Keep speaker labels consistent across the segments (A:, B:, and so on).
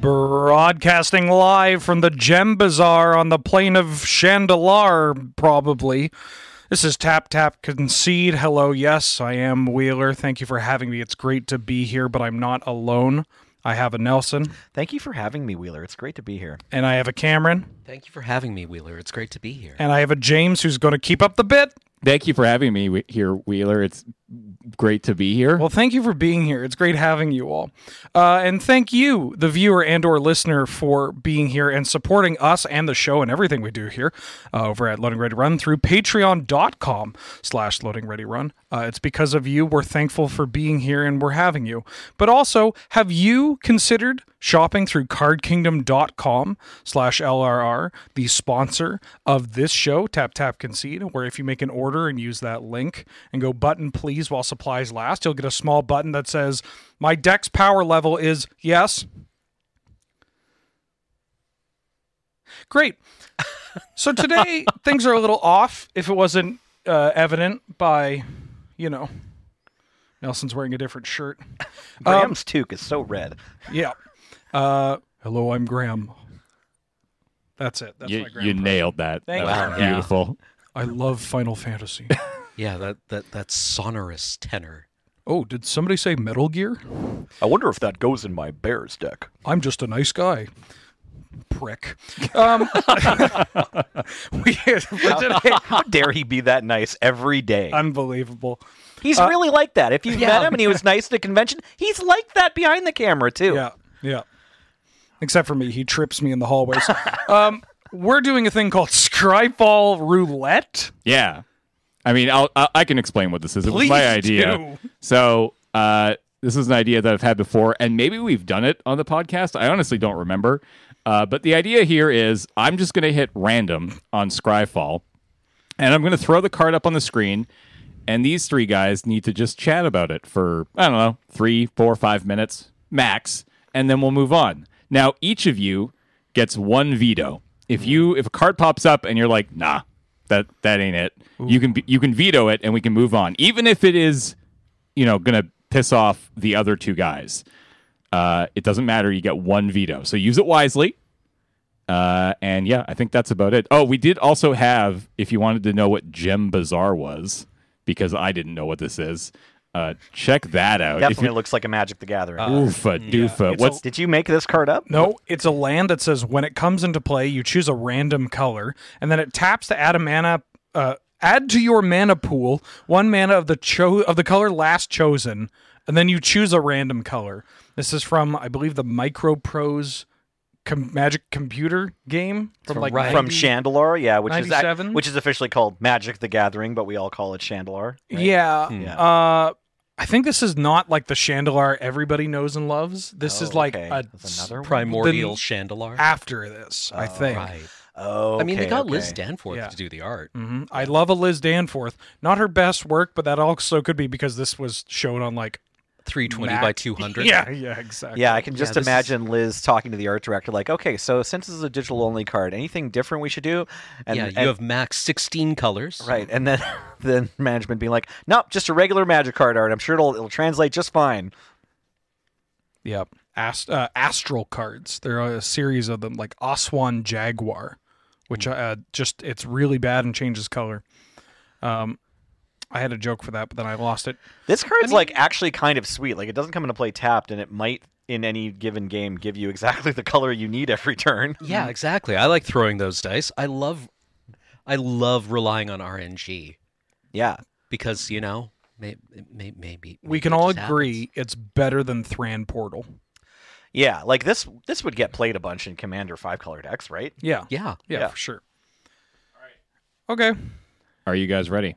A: Broadcasting live from the Gem Bazaar on the plain of Chandelar, probably. This is Tap Tap Concede. Hello, yes, I am Wheeler. Thank you for having me. It's great to be here, but I'm not alone. I have a Nelson,
B: Thank you for having me, Wheeler. It's great to be here.
A: and I have a Cameron,
C: Thank you for having me, Wheeler. It's great to be here.
A: and I have a James who's going to keep up the bit.
D: Thank you for having me Whe- here, Wheeler. It's great to be here.
A: Well, thank you for being here. It's great having you all, uh, and thank you, the viewer and/or listener, for being here and supporting us and the show and everything we do here uh, over at Loading Ready Run through Patreon.com/slash Loading Ready Run. Uh, it's because of you we're thankful for being here and we're having you. But also, have you considered shopping through cardkingdom.com/slash LRR, the sponsor of this show, Tap Tap Concede, where if you make an order and use that link and go button please while supplies last, you'll get a small button that says, My deck's power level is yes. Great. So today things are a little off if it wasn't uh, evident by, you know, Nelson's wearing a different shirt.
B: Graham's toque is so red.
A: Yeah. Uh, hello, I'm Graham. That's it. That's
D: you,
A: my
D: you
A: Graham.
D: nailed that.
A: Thank
D: That
C: you.
D: was
C: Wow, yeah.
D: beautiful.
A: I love Final Fantasy.
C: Yeah, that, that that sonorous tenor.
A: oh, did somebody say Metal Gear?
B: I wonder if that goes in my Bears deck.
A: I'm just a nice guy. Prick. Um, we, for today,
B: How dare he be that nice every day?
A: unbelievable.
B: he's really like that. If you met him and he was nice at a convention, he's like that behind the camera too.
A: Yeah, yeah. Except for me, he trips me in the hallways. um, we're doing a thing called Scryfall Roulette.
D: Yeah. I mean, I'll, I, I can explain what this is. It
A: Please
D: was my idea.
A: do.
D: So, uh, this is an idea that I've had before, and maybe we've done it on the podcast. I honestly don't remember. Uh, but the idea here is I'm just going to hit random on Scryfall, and I'm going to throw the card up on the screen, and these three guys need to just chat about it for, I don't know, three, four, five minutes max, and then we'll move on. Now, each of you gets one veto. If you if a card pops up and you're like, nah, that that ain't it, you can be, you can veto it and we can move on. Even if it is you know gonna piss off the other two guys uh it doesn't matter you get one veto so use it wisely uh and yeah i think that's about it oh we did also have if you wanted to know what gem bazaar was because i didn't know what this is uh check that out If
B: Definitely looks like a Magic the Gathering.
C: Uh,
D: you, oofa doofa
A: It's
D: what's
B: Did you make this card up?
A: No, it's a land that says when it comes into play, you choose a random color, and then it taps to add a mana. Uh, add to your mana pool one mana of the cho- of the color last chosen, and then you choose a random color. This is from, I believe, the Microprose com- Magic Computer game from like
C: right.
B: From
A: 90
B: Chandelar, yeah, which is act-
A: 97?
B: which is officially called Magic the Gathering, but we all call it Chandelar. right? Hmm.
A: Yeah.
B: Yeah.
A: Uh, I think this is not like the Chandelar everybody knows and loves. This is
B: Oh,
A: like
B: okay.
A: a
B: That's another one?
C: Primordial
A: Then-
C: Chandelar.
A: after this, I think.
C: Right.
B: Oh,
C: I mean, they
B: okay,
C: got Liz
B: okay.
C: Danforth
A: Yeah.
C: to do the art.
A: hmm I love a Liz Danforth. Not her best work, but that also could be because this was shown on like
C: 320
A: Mac-
C: by 200.
A: Yeah, yeah, exactly.
B: Yeah, I can
C: Yeah,
B: just
C: this is-
B: imagine Liz talking to the art director, like, okay, so since this is a digital only card, anything different we should do? And,
C: yeah, you
B: and-
C: have max 16 colors.
B: right, and then then management being like, nope, just a regular magic card art. I'm sure it'll it'll translate just fine.
A: Yep. Ast- uh, astral cards. There are a series of them, like Oswan Jaguar, which uh, just it's really bad and changes color. Um, I had a joke for that, but then I lost it.
B: This card's like actually kind of sweet. Like it doesn't come into play tapped, and it might in any given game give you exactly the color you need every turn.
C: Yeah, exactly. I like throwing those dice. I love I love relying on RNG
B: Yeah.
C: because, you know, may, may, maybe
A: We
C: maybe
A: can
C: it
A: all
C: just happens.
A: agree it's better than Thran Portal.
B: Yeah. Like this this would get played a bunch in Commander five color decks, right?
A: Yeah,
C: Yeah.
A: yeah,
B: Yeah.
A: for sure. All right. Okay.
D: are you guys ready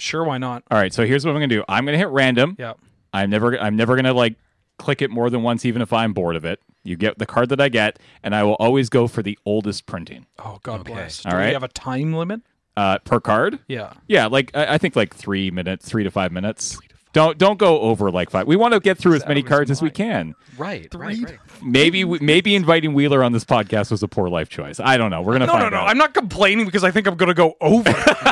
A: Sure. Why not?
D: all right so here's what i'm gonna do i'm gonna hit random
A: Yeah.
D: I'm never I'm never gonna like click it more than once, even if I'm bored of it. You get the card that I get, and I will always go for the oldest printing
A: Oh, God bless. Do
D: All
A: we
D: right.
A: have a time limit?
D: uh, per card.
A: Yeah.
D: Yeah, like I, I think like three minutes, three to five minutes. Don't don't go over like five. We want to get through as many cards as we can.
C: Right, right, right.
D: Maybe we- maybe inviting Wheeler on this podcast was a poor life choice. I don't know. We're gonna
A: No,
D: find
A: no, no.
D: out.
A: I'm not complaining because I think I'm going to go over.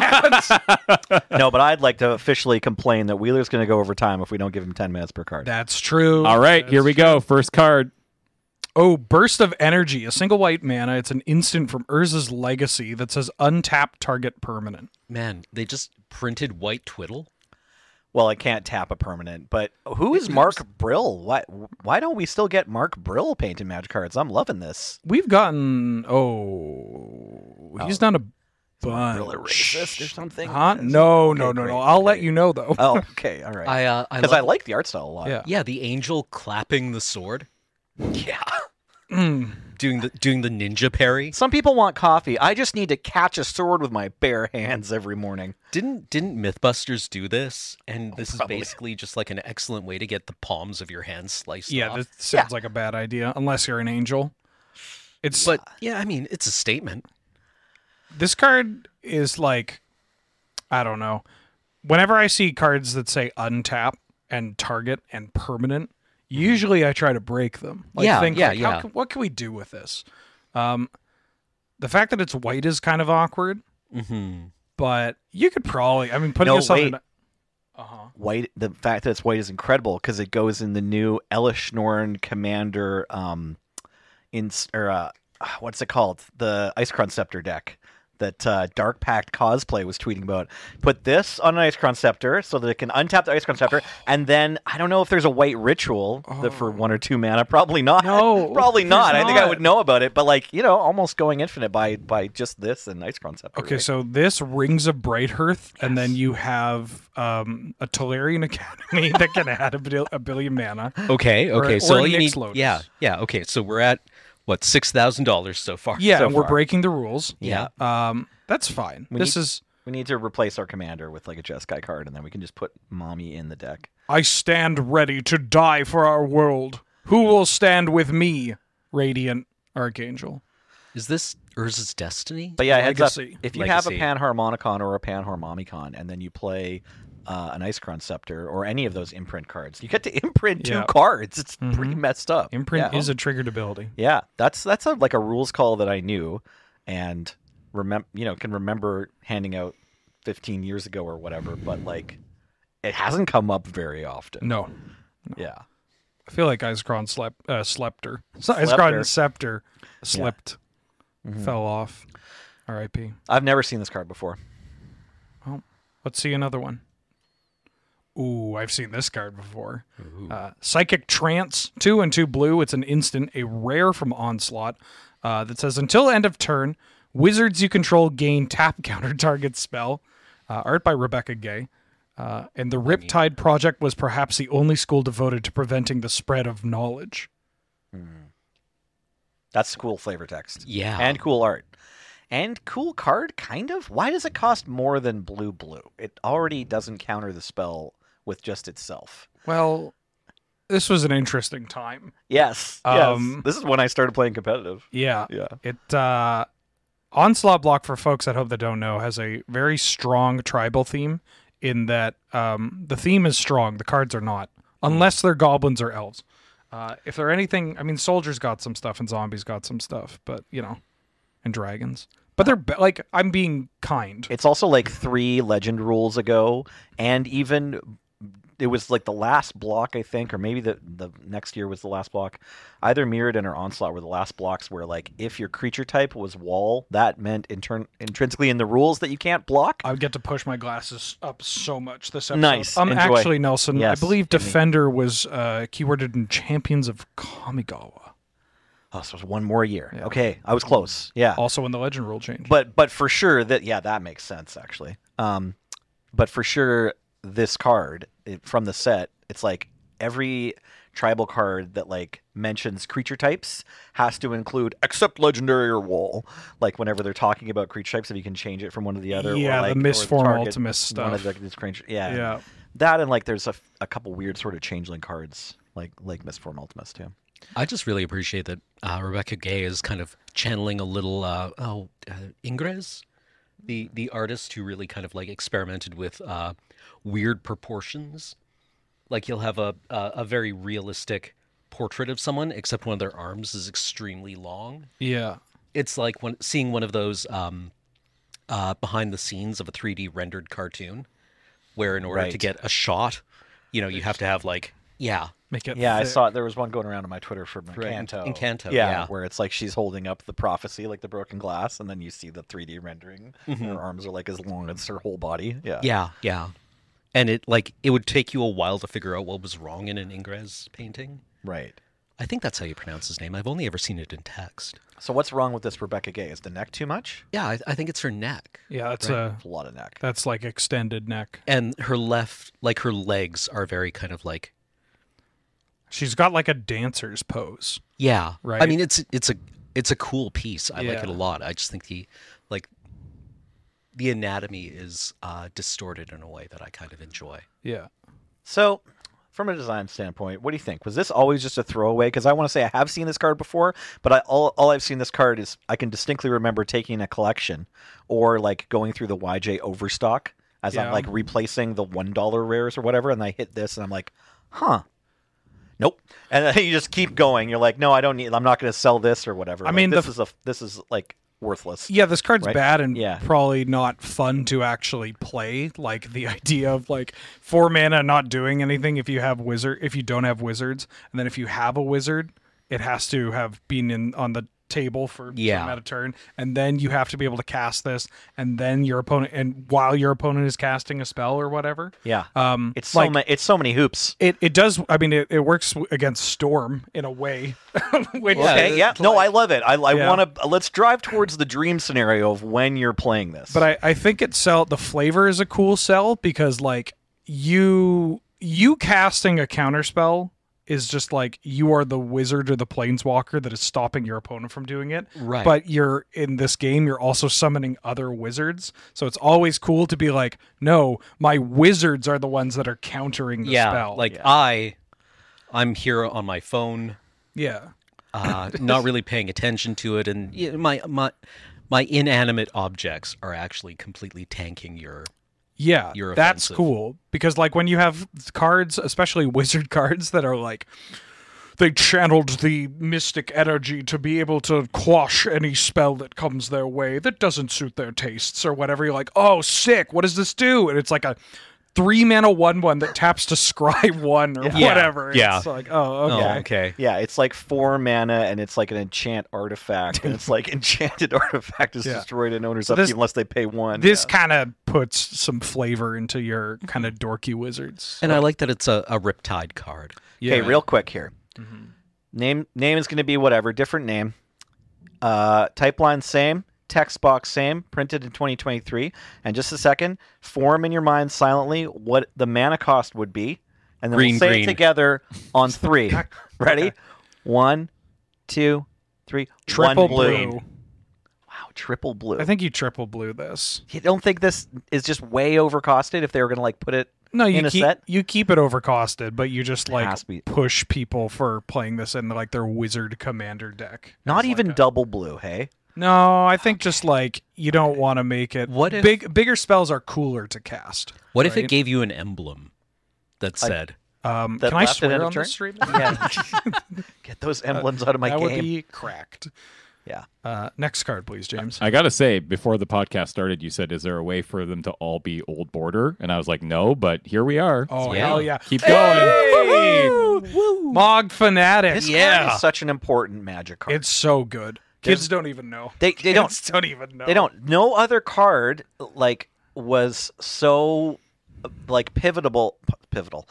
B: no, but I'd like to officially complain that Wheeler's gonna go over time if we don't give him ten minutes per card.
A: That's true.
D: All right, here we go. First card.
A: Oh, Burst of Energy, a single white mana. It's an instant from Urza's Legacy that says untap target permanent.
C: Man, they just printed white twiddle.
B: Well, I can't tap a permanent, but who is Mark Brill? Why why don't we still get Mark Brill painted magic cards? I'm loving this.
A: We've gotten. Oh, he's done a bunch.
B: Brill a racist or something?
A: Huh?
B: Is-
A: No,
B: okay,
A: no, no,
B: great,
A: no. I'll let
B: great.
A: you know though.
B: Oh, okay, all right.
C: I uh, I,
B: Because I
C: love,
B: like the art style a lot.
A: yeah.
C: yeah the angel clapping the sword,
B: yeah. Uh,
A: Mm.
C: doing the doing the ninja parry.
B: Some people want coffee. I just need to catch a sword with my bare hands every morning.
C: Didn't didn't MythBusters do this? And this is
B: probably.
C: basically just like an excellent way to get the palms of your hands sliced
A: Yeah,
C: off.
A: that sounds like a bad idea unless you're an angel. It's
C: but yeah, I mean it's a statement.
A: this card is like I don't know. Whenever I see cards that say untap and target and permanent, usually I try to break them. Like
C: Yeah,
A: think
C: yeah,
A: like, how
C: yeah.
A: can- what can we do with this? Um the fact that it's white is kind of awkward,
C: Mm-hmm.
A: but you could probably I mean putting
B: No,
A: yourself in
B: wait.
A: uh-huh.
B: White. The fact that it's white is incredible because it goes in the new Elishnorn Commander. Um, in or uh, what's it called? The Icecron Scepter deck that uh, Dark Pact cosplay was tweeting about. Put this on an Icecron Scepter so that it can untap the Icecron Scepter, and then I don't know if there's a white ritual that for one or two mana. Probably not.
A: Oh. No,
B: probably
A: there's
B: not. I think I
A: not.
B: would know about it, but like you know, almost going infinite by by just this and Icecron Scepter.
A: Okay,
B: right?
A: so this Rings of Bright Hearth, and then you have um, a Tolarian Academy that can add a, bil- a billion mana.
C: Okay,
A: Or-
C: okay. so
A: or
C: all you
A: Nyx
C: need,
A: Lotus.
C: yeah, yeah. Okay, so we're at what six thousand dollars so far.
A: Yeah,
C: so
A: and we're
C: far.
A: breaking the rules.
C: Yeah.
A: Um, that's fine.
B: We
A: this
B: need-
A: is
B: We need to replace our commander with like a Jeskai card, and then we can just put mommy in the deck.
A: I stand ready to die for our world. Who will stand with me, Radiant Archangel?
C: Is this Urza's destiny?
B: But yeah, heads up,
A: Legacy.
B: if you
C: Legacy.
B: have a Panharmonicon or a Panharmonicon, and then you play uh, an Icecron Scepter or any of those imprint cards, you get to imprint two
A: Yeah. Mm-hmm.
B: cards. It's pretty messed up.
A: Imprint
B: yeah.
A: is a triggered ability.
B: yeah. That's that's a, like a rules call that I knew, and remember you know can remember handing out fifteen years ago or whatever, but like it hasn't come up very often.
A: No,
B: Yeah.
A: I feel like Iskron slept. Uh, slepter. So
B: Slepter.
A: Iskron scepter slipped, fell off. R.I.P.
B: I've never seen this card before.
A: Let's see another one. Ooh, I've seen this card before. Uh, Psychic Trance, two and two blue. It's an instant, a rare from Onslaught uh, that says until end of turn, wizards you control gain tap counter target spell. Uh, art by Rebecca Gay. Uh, and the Riptide Project was perhaps the only school devoted to preventing the spread of knowledge.
B: That's cool flavor text.
C: Yeah.
B: And cool art. And cool card, kind of. Why does it cost more than blue blue? It already doesn't counter the spell with just itself.
A: Well, this was an interesting time.
B: Yes.
A: Um,
B: yes. This is when I started playing competitive.
A: Yeah.
B: Yeah.
A: It uh Onslaught Block for folks that hope that don't know has a very strong tribal theme in that um the theme is strong, the cards are not.
B: Mm-hmm.
A: Unless they're goblins or elves. Uh if they're anything I mean soldiers got some stuff and zombies got some stuff, but you know, and dragons. But they're be- like I'm being kind.
B: It's also like three legend rules ago, and even it was like the last block, I think, or maybe the the next year was the last block. Either Mirrodin or Onslaught were the last blocks where like if your creature type was wall, that meant intern- intrinsically in the rules that you can't block.
A: I would get to push my glasses up so much this episode.
B: Nice.
A: Um,
B: Enjoy.
A: actually, Nelson,
B: Yes,
A: I believe
B: give me-
A: Defender was uh, keyworded in Champions of Kamigawa,
B: Oh, so it's one more year. Okay, I was close. Yeah,
A: also when the Legend rule change.
B: but but for sure that yeah that makes sense actually. Um, but for sure this card it, from the set, it's like every tribal card that like mentions creature types has to include except legendary or wall. Like whenever they're talking about creature types, if you can change it from one to the other.
A: Yeah,
B: or,
A: the
B: like, or
A: Misform
B: target
A: Ultimus stuff.
B: One of the, these creature, yeah,
A: Yeah.
B: that and like there's a, f- a couple weird sort of changeling cards like like Misform Ultimus too.
C: I just really appreciate that uh, Rebecca Gay is kind of channeling a little uh, oh uh, Ingres, the the artist who really kind of like experimented with uh, weird proportions. Like you'll have a a, a very realistic portrait of someone, except one of their arms is extremely long.
A: yeah.
C: It's like when seeing one of those um, uh, behind the scenes of a 3D rendered cartoon, where in order to
B: Right.
C: get a shot, you know, you have to have like Yeah,
A: Make it.
B: Yeah, I
A: thick.
B: saw it. There was one going around on my Twitter from Encanto.
C: In Encanto, yeah.
B: where it's like she's holding up the prophecy, like the broken glass, and then you see the 3D rendering. Her arms are like as long as her whole body. Yeah,
C: Mm-hmm. yeah, yeah. And it like it would take you a while to figure out what was wrong in an Ingres painting.
B: right.
C: I think that's how you pronounce his name. I've only ever seen it in text.
B: So what's wrong with this Rebecca Gay? Is the neck too much?
C: Yeah, I, I think it's her neck
A: Yeah, that's a
B: It's a lot of neck.
A: that's like extended neck.
C: and her left, like her legs are very kind of like
A: She's got like a dancer's pose.
C: yeah. I
A: Right.
C: mean, it's it's a it's a cool piece. I like it a
A: Yeah.
C: lot. I just think the like the anatomy is uh, distorted in a way that I kind of enjoy.
A: Yeah.
B: So, from a design standpoint, what do you think? Was this always just a throwaway? Because I want to say I have seen this card before, but I, all all I've seen this card is I can distinctly remember taking a collection or like going through the YJ overstock as
A: Yeah.
B: I'm like replacing the one dollar rares or whatever, and I hit this and I'm like, huh. Nope, and then you just keep going. You're like, no, I don't need. I'm not going to sell this or whatever.
A: I
B: Like,
A: mean, the
B: this
A: f-
B: is a this is like worthless.
A: Yeah, this card's
B: Right?
A: bad and
B: Yeah.
A: probably not fun to actually play. Like the idea of like four mana not doing anything if you have wizard if you don't have wizards, and then if you have a wizard, it has to have been in on the table for
C: Yeah.
A: some out of turn, and then you have to be able to cast this, and then your opponent and while your opponent is casting a spell or whatever.
B: Yeah,
A: Um,
B: it's so
A: like-
B: ma- it's so many hoops.
A: It, it does. I mean, it, it works w- against storm in a way. which,
B: Okay, yeah. No, I love it. I, I
A: Yeah.
B: want to. Let's drive towards the dream scenario of when you're playing this.
A: But I, I think it sell the flavor is a cool sell because like you you casting a counterspell is just like you are the wizard or the planeswalker that is stopping your opponent from doing it.
C: Right.
A: But you're in this game, you're also summoning other wizards. So it's always cool to be like, no, my wizards are the ones that are countering the
C: yeah,
A: spell.
C: like I, I'm here on my phone.
A: yeah.
C: uh, not really paying attention to it, and you know, my my my inanimate objects are actually completely tanking your.
A: Yeah,
C: you're
A: that's
C: offensive.
A: cool because like when you have cards, especially wizard cards that are like they channeled the mystic energy to be able to quash any spell that comes their way that doesn't suit their tastes or whatever. You're like, oh, sick! What does this do? And it's like a three mana one one that taps to scry one or
C: Yeah.
A: whatever.
C: Yeah.
A: it's like oh okay.
C: Oh, okay.
B: yeah, it's like four mana, and it's like an enchant artifact, and it's like enchanted artifact is
A: Yeah.
B: destroyed in owner's
A: this-
B: upkeep unless they pay one.
A: This kind of puts some flavor into your kind of dorky wizards.
C: And I like that it's a, a riptide card.
B: Yeah. Okay,
A: Yeah. Mm-hmm.
B: real quick here. Name name is going to be whatever, different name. Uh, type line same, text box same, printed in 2023. And just a second, form in your mind silently what the mana cost would be, and then
C: Green,
B: we'll say
C: green.
B: it together on three. Ready? One, two, three.
A: Triple
B: One blue.
A: blue.
B: Wow, triple blue.
A: I think you triple blue this.
B: you don't think this is just way overcosted if they were going to like put it
A: No, you
B: in a
A: keep
B: set?
A: you keep it overcosted, but you just like
B: has to be-
A: push people for playing this in like their wizard commander deck.
B: Not
A: It's
B: even
A: like a-
B: double blue, hey?
A: no, I think just like you don't want to make it.
C: What if-
A: big bigger spells are cooler to cast?
C: What if
A: Right.
C: it gave you an emblem that said,
A: Um,
B: That
A: can I
B: left and
A: swear
B: end of
A: on
B: turn?
A: this stream?
B: Yeah. Get those emblems out of my
A: that
B: game.
A: would be cracked.
B: Yeah.
A: Uh, next card, please, James.
D: I gotta say, before the podcast started, you said, "Is there a way for them to all be old border?" And I was like, "No," but here we are.
A: oh
C: Yeah.
A: hell yeah!
D: Keep going.
A: Hey! Mog fanatic.
B: This card
A: yeah,
B: is such an important magic card.
A: it's so good. Kids don't even know.
B: they they don't
A: Kids don't even know.
B: they don't no other card like was so like pivotal p- pivotal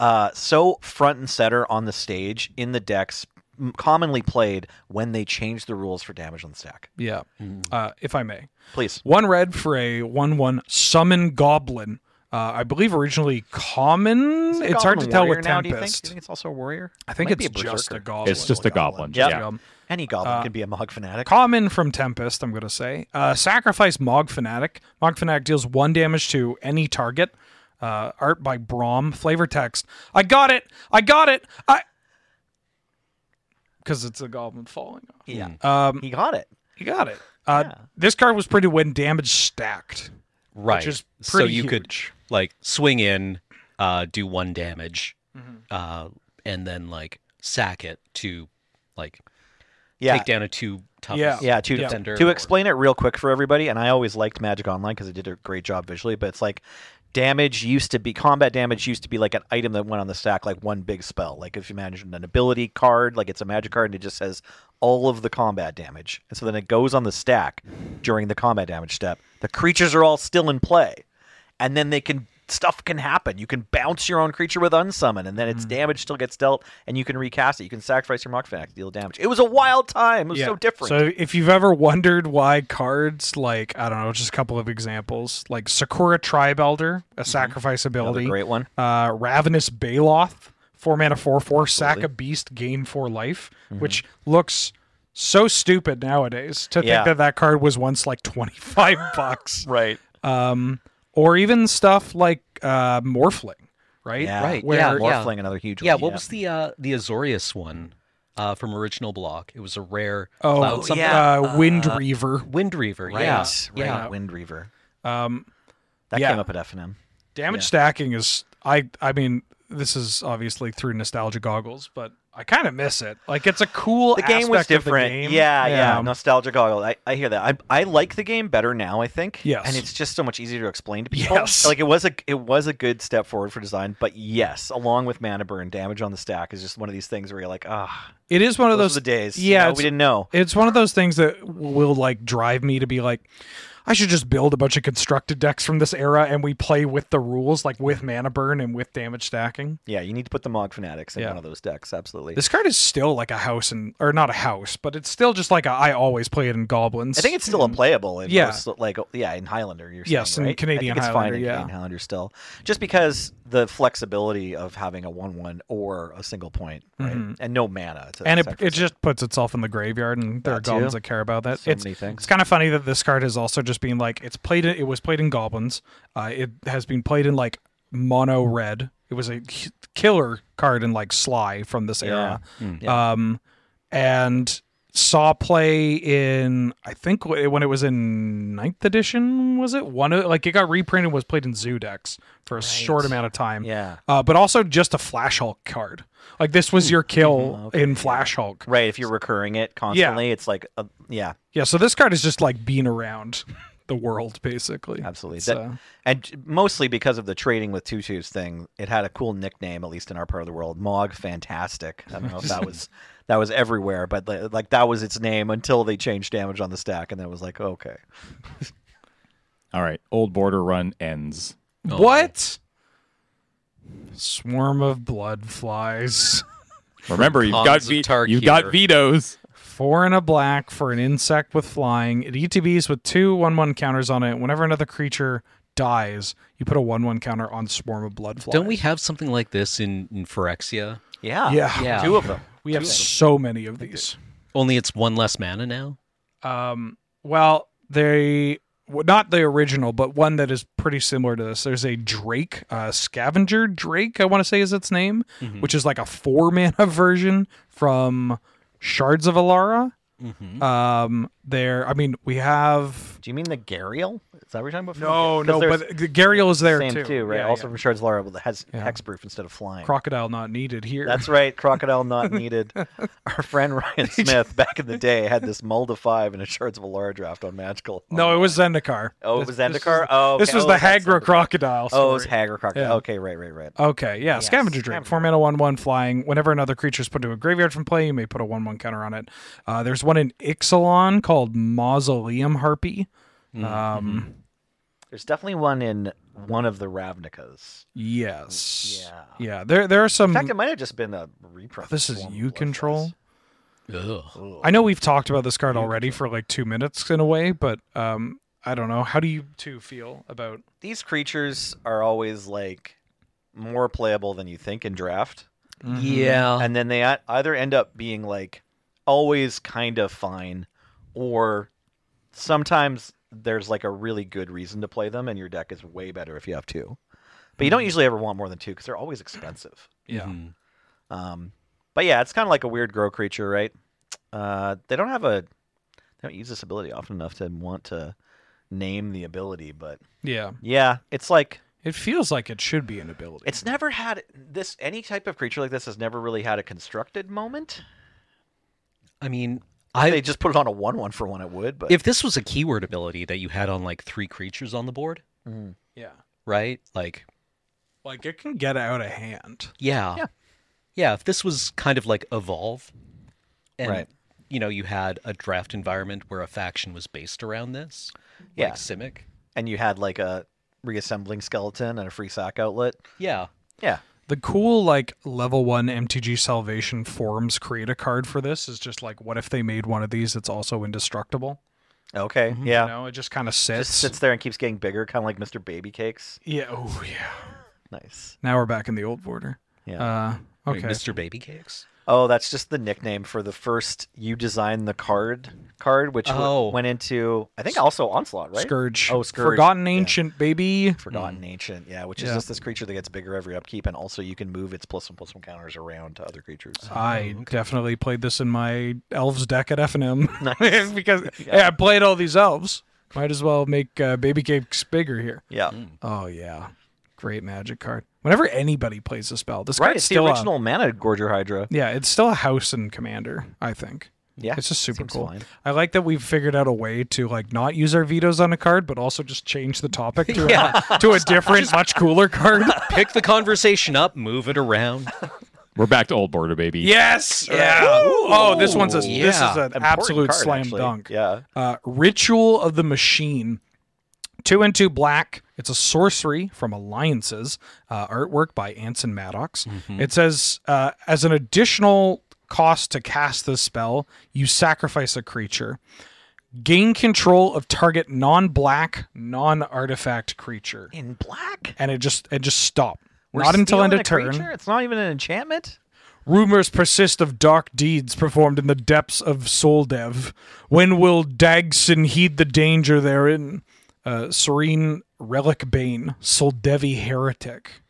B: uh so front and center on the stage in the decks m- commonly played when they changed the rules for damage on the stack.
A: Yeah.
D: Mm.
A: Uh, if I may.
B: Please.
A: One red for a one-one summon goblin. Uh, I believe originally common.
B: Is it
A: it's hard to
B: Goblin
A: tell
B: Warrior
A: with
B: now,
A: tempest.
B: do you think? Do you think it's also a warrior?
A: I think
B: Might be
A: it's
B: a
A: just
B: Berserker.
A: a goblin.
D: It's just a goblin.
B: Yeah.
D: Yeah.
A: Um,
B: Any goblin can be a mog fanatic.
A: Common from Tempest, I'm going to say. Uh, sacrifice Mog Fanatic. Mog Fanatic deals one damage to any target. Uh, art by Brom. Flavor text. I got it. I got it. I. Because it's a goblin falling off.
B: yeah.
A: Um,
B: He got it.
A: you got it. Uh,
B: Yeah.
A: This card was pretty when damage stacked.
C: right?
A: is
C: so
A: pretty
C: you could
A: huge.
C: like swing in, uh, do one damage, uh, and then like sack it to like
B: Yeah.
C: take down a two tough.
A: Yeah.
B: Yeah, to,
A: Yeah.
C: Defender
B: to
C: or-
B: explain it real quick for everybody, and I always liked Magic Online because it did a great job visually, but it's like damage used to be combat damage used to be like an item that went on the stack like one big spell like if you imagine an ability card like it's a magic card and it just says all of the combat damage and so then it goes on the stack during the combat damage step the creatures are all still in play and then they can stuff can happen you can bounce your own creature with unsummon and then
A: Mm-hmm.
B: its damage still gets dealt and you can recast it you can sacrifice your mockfanatic to deal damage it was a wild time it was so different
A: So if you've ever wondered why cards like I don't know, just a couple of examples, like Sakura Tribe Elder, a sacrifice
B: Mm-hmm. another
A: ability,
B: great one
A: uh, Ravenous Baloth, four mana, four four, sack a beast, gain four life,
B: Mm-hmm.
A: which looks so stupid nowadays to
B: Yeah.
A: think that that card was once like twenty five bucks,
B: right
A: um, or even stuff like uh, Morphling, right?
B: yeah
C: Right,
B: where
C: yeah, yeah.
B: morphling another huge
C: Yeah,
B: one
C: what was the uh, the Azorius one uh, from original block? It was a rare
A: Oh,
C: cloud
A: some,
C: something.
B: yeah.
A: uh, Wind Reaver.
C: Wind Reaver.
B: right
C: Yeah,
B: right
C: yeah.
B: wind reaver
A: Um,
B: that
A: Yeah.
B: came up at FNM
A: damage
B: Yeah.
A: stacking is i i mean this is obviously through nostalgia goggles but i kind of miss it like it's a cool
B: the game was
A: aspect of the
B: different.
A: game.
B: Yeah, yeah,
A: Um,
B: Nostalgia goggle. I, I hear that. I, I like the game better now. I think.
A: Yes.
B: And it's just so much easier to explain to people.
A: Yes.
B: Like it was a it was a good step forward for design, but yes, along with mana burn, damage on the stack is just one of these things where you're like, ah,
A: it is one of
B: those,
A: those,
B: are the days. you
A: yeah,
B: know,
A: it's-
B: we didn't know.
A: it's one of those things that will like drive me to be like i should just build a bunch of constructed decks from this era and we play with the rules like with mana burn and with damage stacking
B: Yeah, you need to put the Mog Fanatics in
A: Yeah.
B: one of those decks. Absolutely.
A: this card is still like a house and or not a house but it's still just like a, I always play it in goblins
B: I think it's still unplayable. In
A: Yeah.
B: most, like yeah, in Highlander. You're
A: Yes,
B: saying,
A: in
B: right?
A: Canadian
B: I think it's
A: Highlander,
B: fine in
A: yeah.
B: Canadian Highlander still, just because the flexibility of having a one-one or a single point, right,
A: Mhm.
B: and no mana. It's a
A: and it,
B: sacrifice.
A: it just puts itself in the graveyard and there are
B: That too.
A: goblins that care about that
B: So
A: it's
B: many things.
A: It's kind of funny that this card is also just being like it's played. It was played in goblins. Uh, it has been played in like mono red. It was a k- killer card in like Sly from this era.
B: Hmm.
A: Um, and saw play in I think wh- when it was in ninth edition was it one of like it got reprinted and was played in zoo decks for a short amount of time.
B: Yeah.
A: Uh, but also just a Flash Hulk card. Like this was your kill
B: okay,
A: in
B: yeah.
A: Flash Hulk.
B: Right, if you're recurring it constantly, it's like, uh, yeah,
A: Yeah, so this card is just like being around the world, basically.
B: absolutely.
A: It's,
B: That-
A: uh,
B: and j- mostly because of the trading with tutus thing, it had a cool nickname, at least in our part of the world, Mog Fantastic. I don't know if that was that was everywhere, but li- like that was its name until they changed damage on the stack, and then it was like, okay,
D: All right, old border run ends.
C: Oh.
A: What? Swarm of blood flies.
D: Remember, you've got
C: Ponds of
D: ve-
C: Tarkir.
D: you've got vetoes.
A: Four and a black for an insect with flying. It ETBs with two 1 1 counters on it. Whenever another creature dies, you put a 1 1 counter on Swarm of blood flies.
C: Don't we have something like this in, in Phyrexia?
B: yeah,
A: Yeah.
C: Yeah.
B: two of them.
A: We have so many of these.
C: Only it's one less mana now.
A: Um, well, they well, not the original, but one that is pretty similar to this. There's a Drake, uh, Scavenger Drake, I want to say is its name,
B: Mm-hmm.
A: which is like a four mana version from Shards of Alara.
C: Mm-hmm.
A: Um, there, I mean, we have
B: Do you mean the Gariel? Is that what you're talking about?
A: no,
B: 'Cause
A: no,
B: there's
A: but Gariel is there
B: same
A: too,
B: too, right?
A: Yeah,
B: also
A: yeah.
B: from Shards of Lara, but that has
A: Yeah.
B: hexproof instead of flying.
A: crocodile not needed here.
B: That's right, crocodile not needed. Our friend Ryan Smith back in the day had this Mull to five and a Shards of Alara draft on Magical.
A: no, it was Zendikar.
B: Oh, it
A: This-
B: was
A: this
B: Zendikar. Oh,
A: This
B: okay.
A: was
B: Oh,
A: the
B: that's
A: Hagra
B: Zendikar.
A: crocodile.
B: Oh, it was
A: story.
B: Hagra crocodile.
A: Yeah.
B: Okay, right, right, right.
A: Okay, yeah, scavenger drake.
B: scavenger
A: Four mana, one one flying. Whenever another creature is put into a graveyard from play, you may put a one one counter on it. Uh, there's one in Ixalan called Mausoleum Harpy.
B: Mm-hmm.
A: Um,
B: There's definitely one in one of the Ravnikas.
A: yes,
B: Yeah.
A: yeah. There, there are
B: In
A: some.
B: fact, it might have just been a reprint.
A: This
B: of
A: is
B: one
A: you
B: of those.
A: control.
C: Ugh.
B: Ugh.
A: I know we've talked about this card already for like two minutes in a way, but um, I don't know. How do you two feel about?
B: These creatures are always like more playable than you think in draft.
C: Mm-hmm. Yeah.
B: and then they at- either end up being like always kind of fine or sometimes there's like a really good reason to play them and your deck is way better if you have two but you don't usually ever want more than two because they're always expensive
A: Yeah.
C: Mhm.
B: um, but yeah it's kind of like a weird grow creature right uh, they don't have a they don't use this ability often enough to want to name the ability but
A: Yeah,
B: yeah it's like
A: it feels like it should be an ability.
B: it's never had this any type of creature like this has never really had a constructed moment
C: I mean,
B: If
C: I
B: they just put it on a one-one for one, it would. But
C: if this was a keyword ability that you had on like three creatures on the board,
A: yeah.
C: right? Like,
A: Like it can get out of hand.
C: yeah.
B: Yeah.
C: Yeah, if this was kind of like Evolve, and,
B: Right.
C: you know, you had a draft environment where a faction was based around this,
B: Yeah.
C: like Simic.
B: and you had like a reassembling skeleton and a free sock outlet.
C: Yeah.
B: Yeah,
A: The cool like level one MTG Salvation forums create a card for this is just like what if they made one of these that's also indestructible?
B: okay, yeah.
A: You know, it just kind of sits.
B: Just sits there and keeps getting bigger, kind of like Mr. Baby Cakes.
A: Yeah. Oh yeah.
B: Nice.
A: Now we're back in the old border.
B: Yeah.
A: Uh,
C: Like
A: okay.
C: Mr. Baby Cakes?
B: oh, that's just the nickname for the first you design the card card, which w-
C: Oh.
B: went into I think also Onslaught, right?
A: Scourge.
B: Oh, Scourge.
A: Forgotten
B: Yeah.
A: ancient baby.
B: Forgotten Ancient, yeah, which
A: Mm. Yeah.
B: is just this creature that gets bigger every upkeep, and also you can move its plus one plus one counters around to other creatures.
A: I definitely played this in my elves deck at F and M
B: Nice.
A: because hey, I played all these elves. Might as well make uh, baby cakes bigger here.
B: yeah,
A: Oh yeah, great magic card. Whenever anybody plays a spell, this
B: right.
A: card's
B: It's the
A: still a-
B: original mana Gorger Hydra.
A: yeah, it's still a house and commander. I think
B: Yeah,
A: it's just super
B: seems
A: cool.
B: fine.
A: I like that we've figured out a way to like not use our vetoes on a card, but also just change the topic to a, to a different, much cooler card.
C: Pick the conversation up, move it around.
D: We're back to old border, baby.
A: Yes. Yeah. Oh, this one's a, this is
C: Yeah.
A: an
B: Important
A: absolute
B: card,
A: slam
B: actually.
A: dunk.
B: Yeah,
A: Uh, Ritual of the Machine. Two and two black. It's a sorcery from Alliances. Uh, artwork by Anson Maddox.
B: Mm-hmm.
A: It says uh, as an additional cost to cast this spell, you sacrifice a creature. Gain control of target non-black, non-artifact creature,
B: in black.
A: and it just it just stop.
B: We're
A: Not until end
B: stealing
A: of turn.
B: creature? It's not even an enchantment.
A: Rumors persist of dark deeds performed in the depths of Soldev. When will Dagson heed the danger therein? Uh, serene Relic Bane, Soldevi Heretic.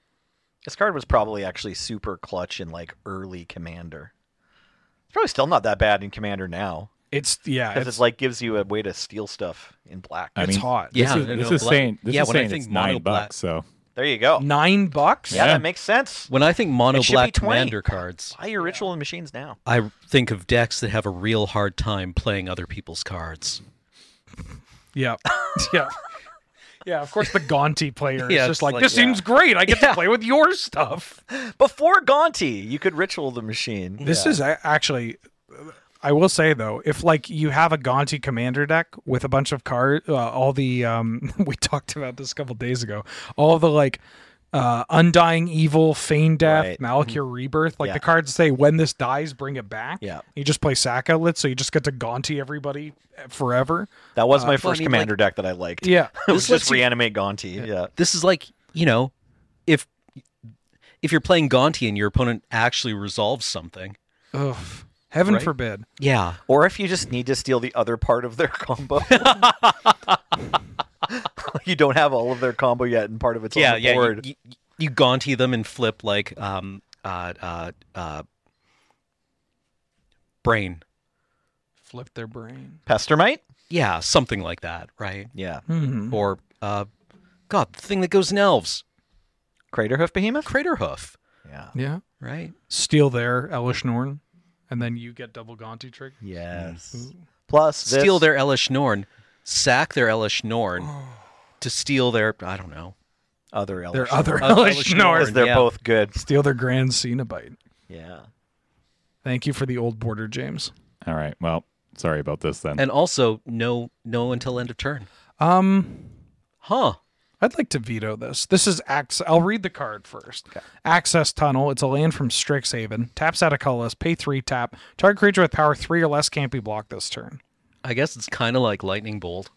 B: This card was probably actually super clutch in like early Commander. It's probably still not that bad in Commander now
A: It's yeah,
B: because
A: it's,
B: it's like gives you a way to steal stuff in black.
D: I
A: it's
D: mean,
A: hot.
D: This
C: Yeah, no,
D: is,
C: no,
D: this is
C: black-
D: saying this
C: yeah,
D: is
C: when I
D: saying
C: think
D: it's nine
C: mono black-
D: bucks. So
B: there you go.
A: Nine bucks.
B: Yeah,
D: Yeah.
B: that makes sense.
C: When I think mono
B: It should be
C: black
B: 20.
C: commander cards,
B: Buy your ritual and machines now.
C: I think of decks that have a real hard time playing other people's cards.
A: yeah, yeah, yeah. Of course, the Gonti player
C: Yeah,
A: is just
C: it's
A: like,
C: like,
A: this
B: yeah.
A: seems great. I get to play with your stuff.
B: Before Gonti, you could ritual the machine.
A: This is a- actually. I will say though, if like you have a Gonti commander deck with a bunch of cards, uh, all the um, we talked about this a couple days ago, all the like uh, undying evil, feign death,
B: Right.
A: Malakir rebirth, like
B: Yeah.
A: the cards say when this dies, bring it back.
B: Yeah.
A: you just play sack outlets, so you just get to Gonti everybody forever.
B: that was my first
C: I mean,
B: Commander deck that I liked.
A: uh, Yeah,
B: it was
C: This lets
B: just
C: you-
B: reanimate Gonti. Yeah.
C: This is like, you know, if if you're playing Gonti and your opponent actually resolves something.
A: Ugh. heaven
C: Right?
A: forbid.
C: Yeah.
B: Or if you just need to steal the other part of their combo. you don't have all of their combo yet, and part of it's
C: yeah,
B: on the
C: yeah.
B: board.
C: You, you, you Gonti them and flip like um uh uh uh brain.
A: Flip their brain.
B: Pestermite?
C: Yeah, something like that, right?
B: Yeah.
A: Mhm.
C: Or uh God, the thing that goes in elves.
B: Craterhoof Behemoth?
C: Crater hoof,
B: Yeah.
A: Yeah,
C: right?
A: steal their Elish Norn, and then you get double Gonti trigger.
B: Yes. Plus, this,
C: Steal their Elish Norn, sack their Elish Norn to steal their I don't know.
B: other Elish.
A: Their other
C: Uh,
A: Elish
C: Elish
A: Norn.
C: Norn.
B: Because they're
C: yeah.
B: both good.
A: Steal their grand Cenobite.
B: Yeah.
A: Thank you for the old border, James.
D: all right, well, sorry about this then.
C: And also no no until end of turn.
A: Um,
C: Huh.
A: I'd like to veto this. This is access. I'll read the card first. Access Tunnel. It's a land from Strixhaven. Taps out a colorless. Pay three. Tap. Target creature with power three or less can't be blocked this turn.
C: I guess it's kind of like lightning bolt.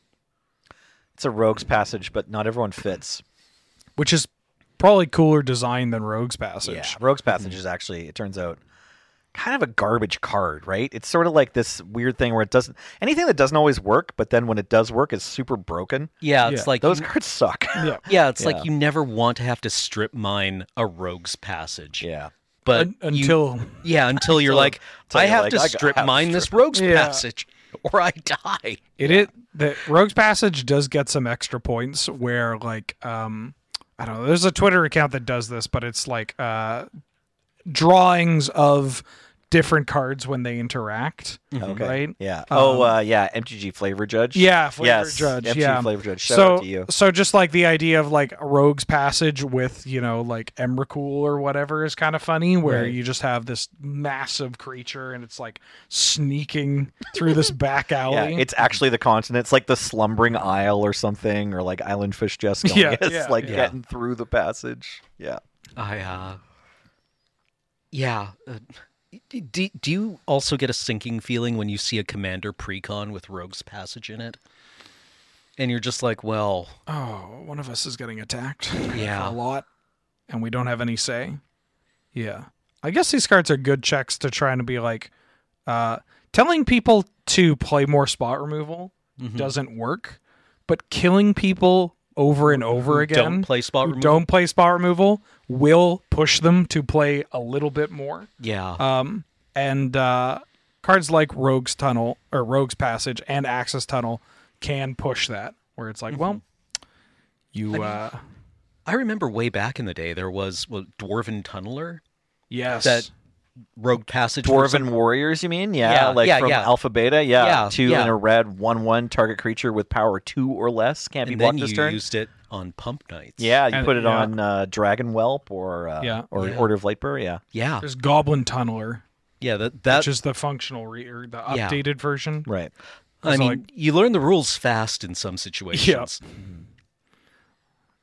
B: It's a rogue's passage, but not everyone fits.
A: Which is probably cooler design than Rogue's Passage.
B: Rogue's Passage
C: Mm.
B: is actually, it turns out, kind of a garbage card, right? It's sort of like this weird thing where it doesn't, anything that doesn't always work, but then when it does work, it's super broken.
C: Yeah,
A: Yeah,
C: it's like
B: Those
C: you-
B: cards suck.
A: Yeah.
C: yeah, it's
B: Yeah.
C: like you never want to have to strip mine a rogue's passage.
B: yeah.
C: But
A: Un-
C: you-
A: until
C: Yeah, until you're
B: Until-
C: like,
B: until
C: I
B: you're
C: have
B: like,
C: to
B: I gotta
C: strip
B: have
C: mine
B: to
C: this rogue's
A: Yeah.
C: passage, or I die.
A: It is the Rogue's Passage does get some extra points where like um I don't know, there's a Twitter account that does this, but it's like uh drawings of different cards when they interact.
B: Okay.
A: Right? Um,
B: Yeah. oh, uh, yeah. MTG flavor judge.
A: Yeah, flavor
B: yes.
A: judge.
B: MTG
A: yeah.
B: flavor judge. Shout
A: so,
B: out to you.
A: so just like the idea of like a rogue's passage with you know like Emrakul or whatever is kind of funny, where
B: Right.
A: you just have this massive creature and it's like sneaking through this back
B: Yeah,
A: alley.
B: it's actually the continent. It's like the slumbering isle or something, or like Island Fish Jessica.
A: Yeah,
B: it's
A: yeah,
B: like
C: yeah.
B: getting through the passage. Yeah.
C: I uh yeah, uh, d- do, do you also get a sinking feeling when you see a commander precon with rogue's passage in it? And you're just like, well,
A: oh, one of us is getting attacked.
C: Yeah.
A: a lot, and we don't have any say. Yeah, I guess these cards are good checks to trying to be like, uh, telling people to play more spot removal
C: mhm,
A: doesn't work, but killing people over and over again.
C: don't play spot
A: who
C: removal.
A: don't play spot removal will push them to play a little bit more.
C: Yeah.
A: Um, and uh, cards like Rogue's Tunnel or Rogue's Passage and Access Tunnel can push that, where it's like, well,
C: Mm-hmm.
A: you, uh,
C: I remember way back in the day there was well, Dwarven Tunneler,
A: yes,
C: that Rogue Passage for some-
B: Dwarven warriors, you mean? Yeah,
C: Yeah,
B: like
C: yeah,
B: from
C: yeah.
B: Alpha Beta. Yeah,
C: Yeah,
B: two
C: yeah.
B: and a red, one-one target creature with power two or less can't be
C: and
B: blocked
C: then
B: this
C: you
B: turn.
C: used it on Pump Nights.
B: yeah, you
A: And-
B: put it
A: yeah.
B: on uh, Dragon Whelp or uh,
A: Yeah.
B: or
C: Yeah.
B: Order of Lightbur. Yeah,
C: Yeah.
A: there's Goblin Tunneler,
C: Yeah, that that
A: which is the functional re- or the
C: Uh, Yeah.
A: updated version.
B: right.
C: I
A: so,
C: mean,
A: like-
C: you learn the rules fast in some situations.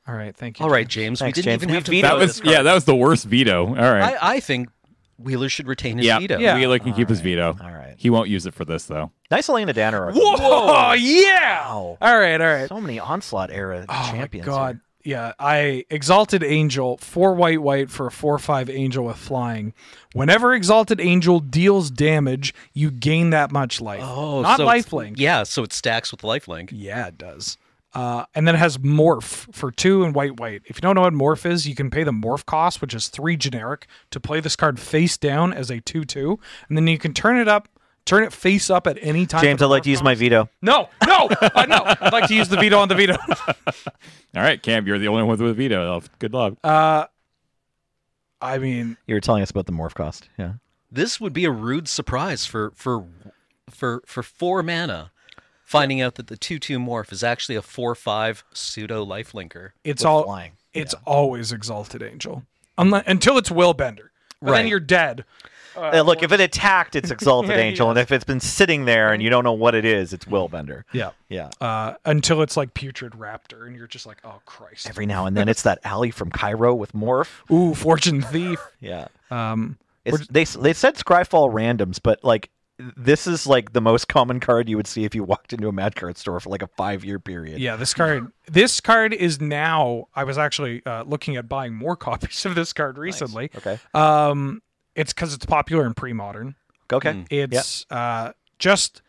A: All right, thank you.
C: All right, James,
B: Thanks,
C: we didn't
B: James.
C: even
B: We
C: have to
B: vetoed
D: That
C: vote
D: was
C: this
D: yeah, that was the worst veto. All right.
C: card. I, I think Wheeler should retain his
D: yeah,
C: veto.
A: Yeah.
D: Wheeler can keep his veto.
B: All right.
D: He won't use it for this though.
B: Nice Elena Danner.
A: Whoa, yeah!
B: Wow.
A: All right, all right.
B: So many onslaught era
A: Oh
B: champions.
A: my god.
B: here.
A: Yeah, I exalted angel four white white for a four five angel with flying. Whenever exalted angel deals damage, you gain that much life.
C: Oh,
A: not
C: so it's-
A: lifelink. Yeah.
C: Yeah, so it stacks with lifelink.
A: yeah, it does. Uh, and then it has morph for two and white white. If you don't know what morph is, you can pay the morph cost, which is three generic, to play this card face down as a two two, and then you can turn it up, turn it face up at any time.
B: James,
A: for the
B: I'd like
A: morph
B: to use
A: cost.
B: my veto.
A: No, no, uh, no. I'd like to use the veto on the veto.
D: All right, Cam, you're the only one with a veto. Good luck.
A: Uh, I mean,
B: You were telling us about the morph cost. Yeah.
C: This would be a rude surprise for for for for four mana, finding out that the two two morph is actually a four five pseudo lifelinker.
A: it's
B: With
A: all
B: flying.
A: it's always exalted angel Unle- until it's will bender. But Then
C: Right.
A: you're dead.
B: Uh, look, if it attacked, it's Exalted Angel, and if it's been sitting there and you don't know what it is, it's Willbender.
A: Yeah.
B: Yeah.
A: Uh, until it's like putrid raptor, and you're just like, oh Christ.
B: Every now and then, it's that alley from Cairo with Morph.
A: Ooh, fortune thief.
B: Yeah.
A: Um,
B: It's, they they said Scryfall randoms, but like this is like the most common card you would see if you walked into a Mad Card store for like a five year period.
A: yeah, this card. This card is now. I was actually uh, looking at buying more copies of this card recently.
B: Okay.
A: Um, it's because it's popular in pre-modern.
B: Okay.
A: Mm. It's uh, just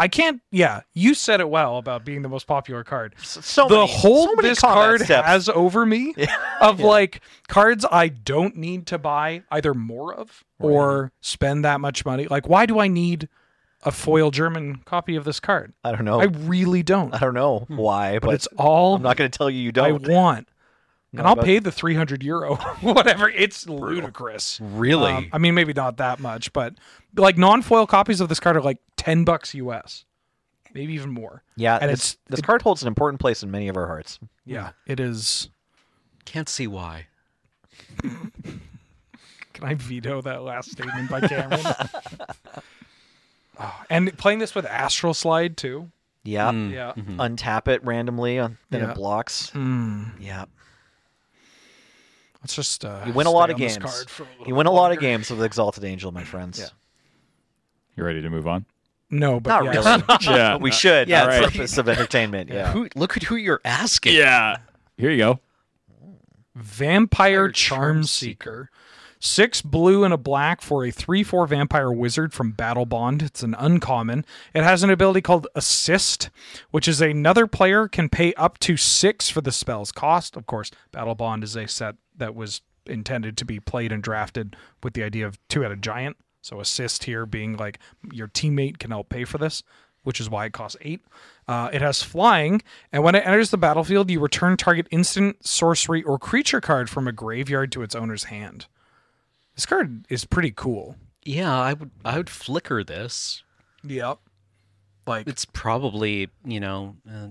A: I can't. Yeah, you said it well about being the most popular card.
B: S- So
A: the
B: many-
A: hold
B: so many
A: this
B: combat
A: card
B: steps.
A: has over me of like cards I don't need to buy either more of or spend that much money. Like, why do I need a foil German copy of this card?
B: I don't know.
A: I
B: I,
A: really don't.
B: don't know why, Oh. but,
A: But it's all
B: I'm not going to tell you you
A: I
B: don't.
A: want.
B: No,
A: And I'll
B: but-
A: pay the 300 euro, whatever. It's ludicrous.
C: Really?
A: Um, I mean, maybe not that much, but like non foil copies of this card are like 10 bucks US, maybe even more.
B: yeah.
A: and
B: this,
A: it's-
B: this card holds an important place in many of our hearts.
A: Yeah, it is.
C: Can't see why.
A: Can I veto that last statement by Cameron? Oh, and playing this with Astral Slide too.
B: Yeah.
C: Mm.
A: Yeah.
B: Mm-hmm. Untap it randomly, on, then
A: Yeah.
B: it blocks.
A: Mm.
B: Yeah.
A: Let's just uh,
B: You win a lot
A: stay
B: of
A: on this
B: games.
A: card for a little
B: you win a lot of
A: longer.
B: games with Exalted Angel, my friends.
D: You ready to move on?
A: No, but
B: Not
A: yes.
B: really.
D: Yeah.
A: Uh,
B: But we should.
C: Yeah,
B: Yeah,
D: it's
B: the
D: like-
B: purpose of entertainment. Yeah.
C: Who, look at who you're asking.
D: yeah. Here you go.
A: Vampire Charm Seeker. Six blue and a black for a 3 4 vampire wizard from Battle Bond. It's an uncommon. It has an ability called Assist, which is another player can pay up to six for the spell's cost. Of course, Battle Bond is a set that was intended to be played and drafted with the idea of two at a giant. So, Assist here being like your teammate can help pay for this which is why it costs eight. Uh, it has flying, and when it enters the battlefield, you return target instant, sorcery, or creature card from a graveyard to its owner's hand. This card is pretty cool.
C: yeah, I would I would flicker this.
A: Yep. Like
C: It's probably you know uh,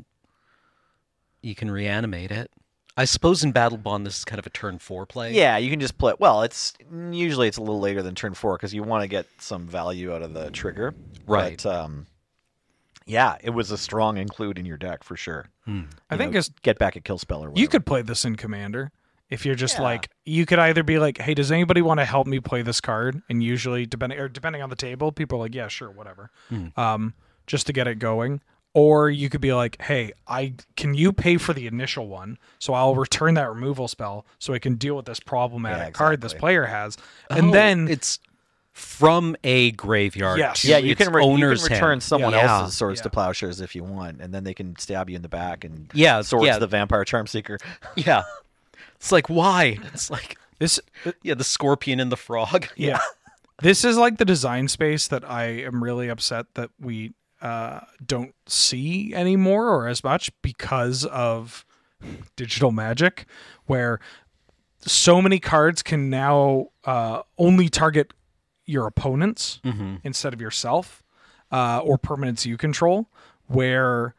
C: you can reanimate it. I suppose in Battle Bond this is kind of a turn four play.
B: Yeah, you can just play. Well, it's usually it's a little later than turn four because you want to get some value out of the trigger.
C: Right.
B: But, um, yeah, it was a strong include in your deck for sure.
A: I
B: You
A: think
B: know,
A: it's
B: get back a kill spell or whatever.
A: you could play this in Commander. If you're just
B: Yeah.
A: like you could either be like, Hey, does anybody want to help me play this card? And usually depending or depending on the table, people are like, Yeah, sure, whatever. Um, just to get it going. Or you could be like, Hey, I can you pay for the initial one, so I'll return that removal spell so I can deal with this problematic card this
B: exactly.
A: player has. And
C: Oh,
A: then
C: it's from a graveyard.
A: Yes.
C: to
B: Yeah, you
C: its
B: can, re- you can
C: owner's
B: return
C: hand.
B: someone
C: Yeah.
B: else's swords to
A: Yeah.
B: plowshares if you want, and then they can stab you in the back and
C: Yeah,
B: swords
C: yeah.
B: the vampire charm seeker.
C: Yeah. It's like why? It's like
A: this
C: yeah, the scorpion and the frog.
A: Yeah. this is like the design space that I am really upset that we uh, don't see anymore or as much because of digital magic, where so many cards can now uh, only target your opponents instead of yourself uh, or permanents you control, where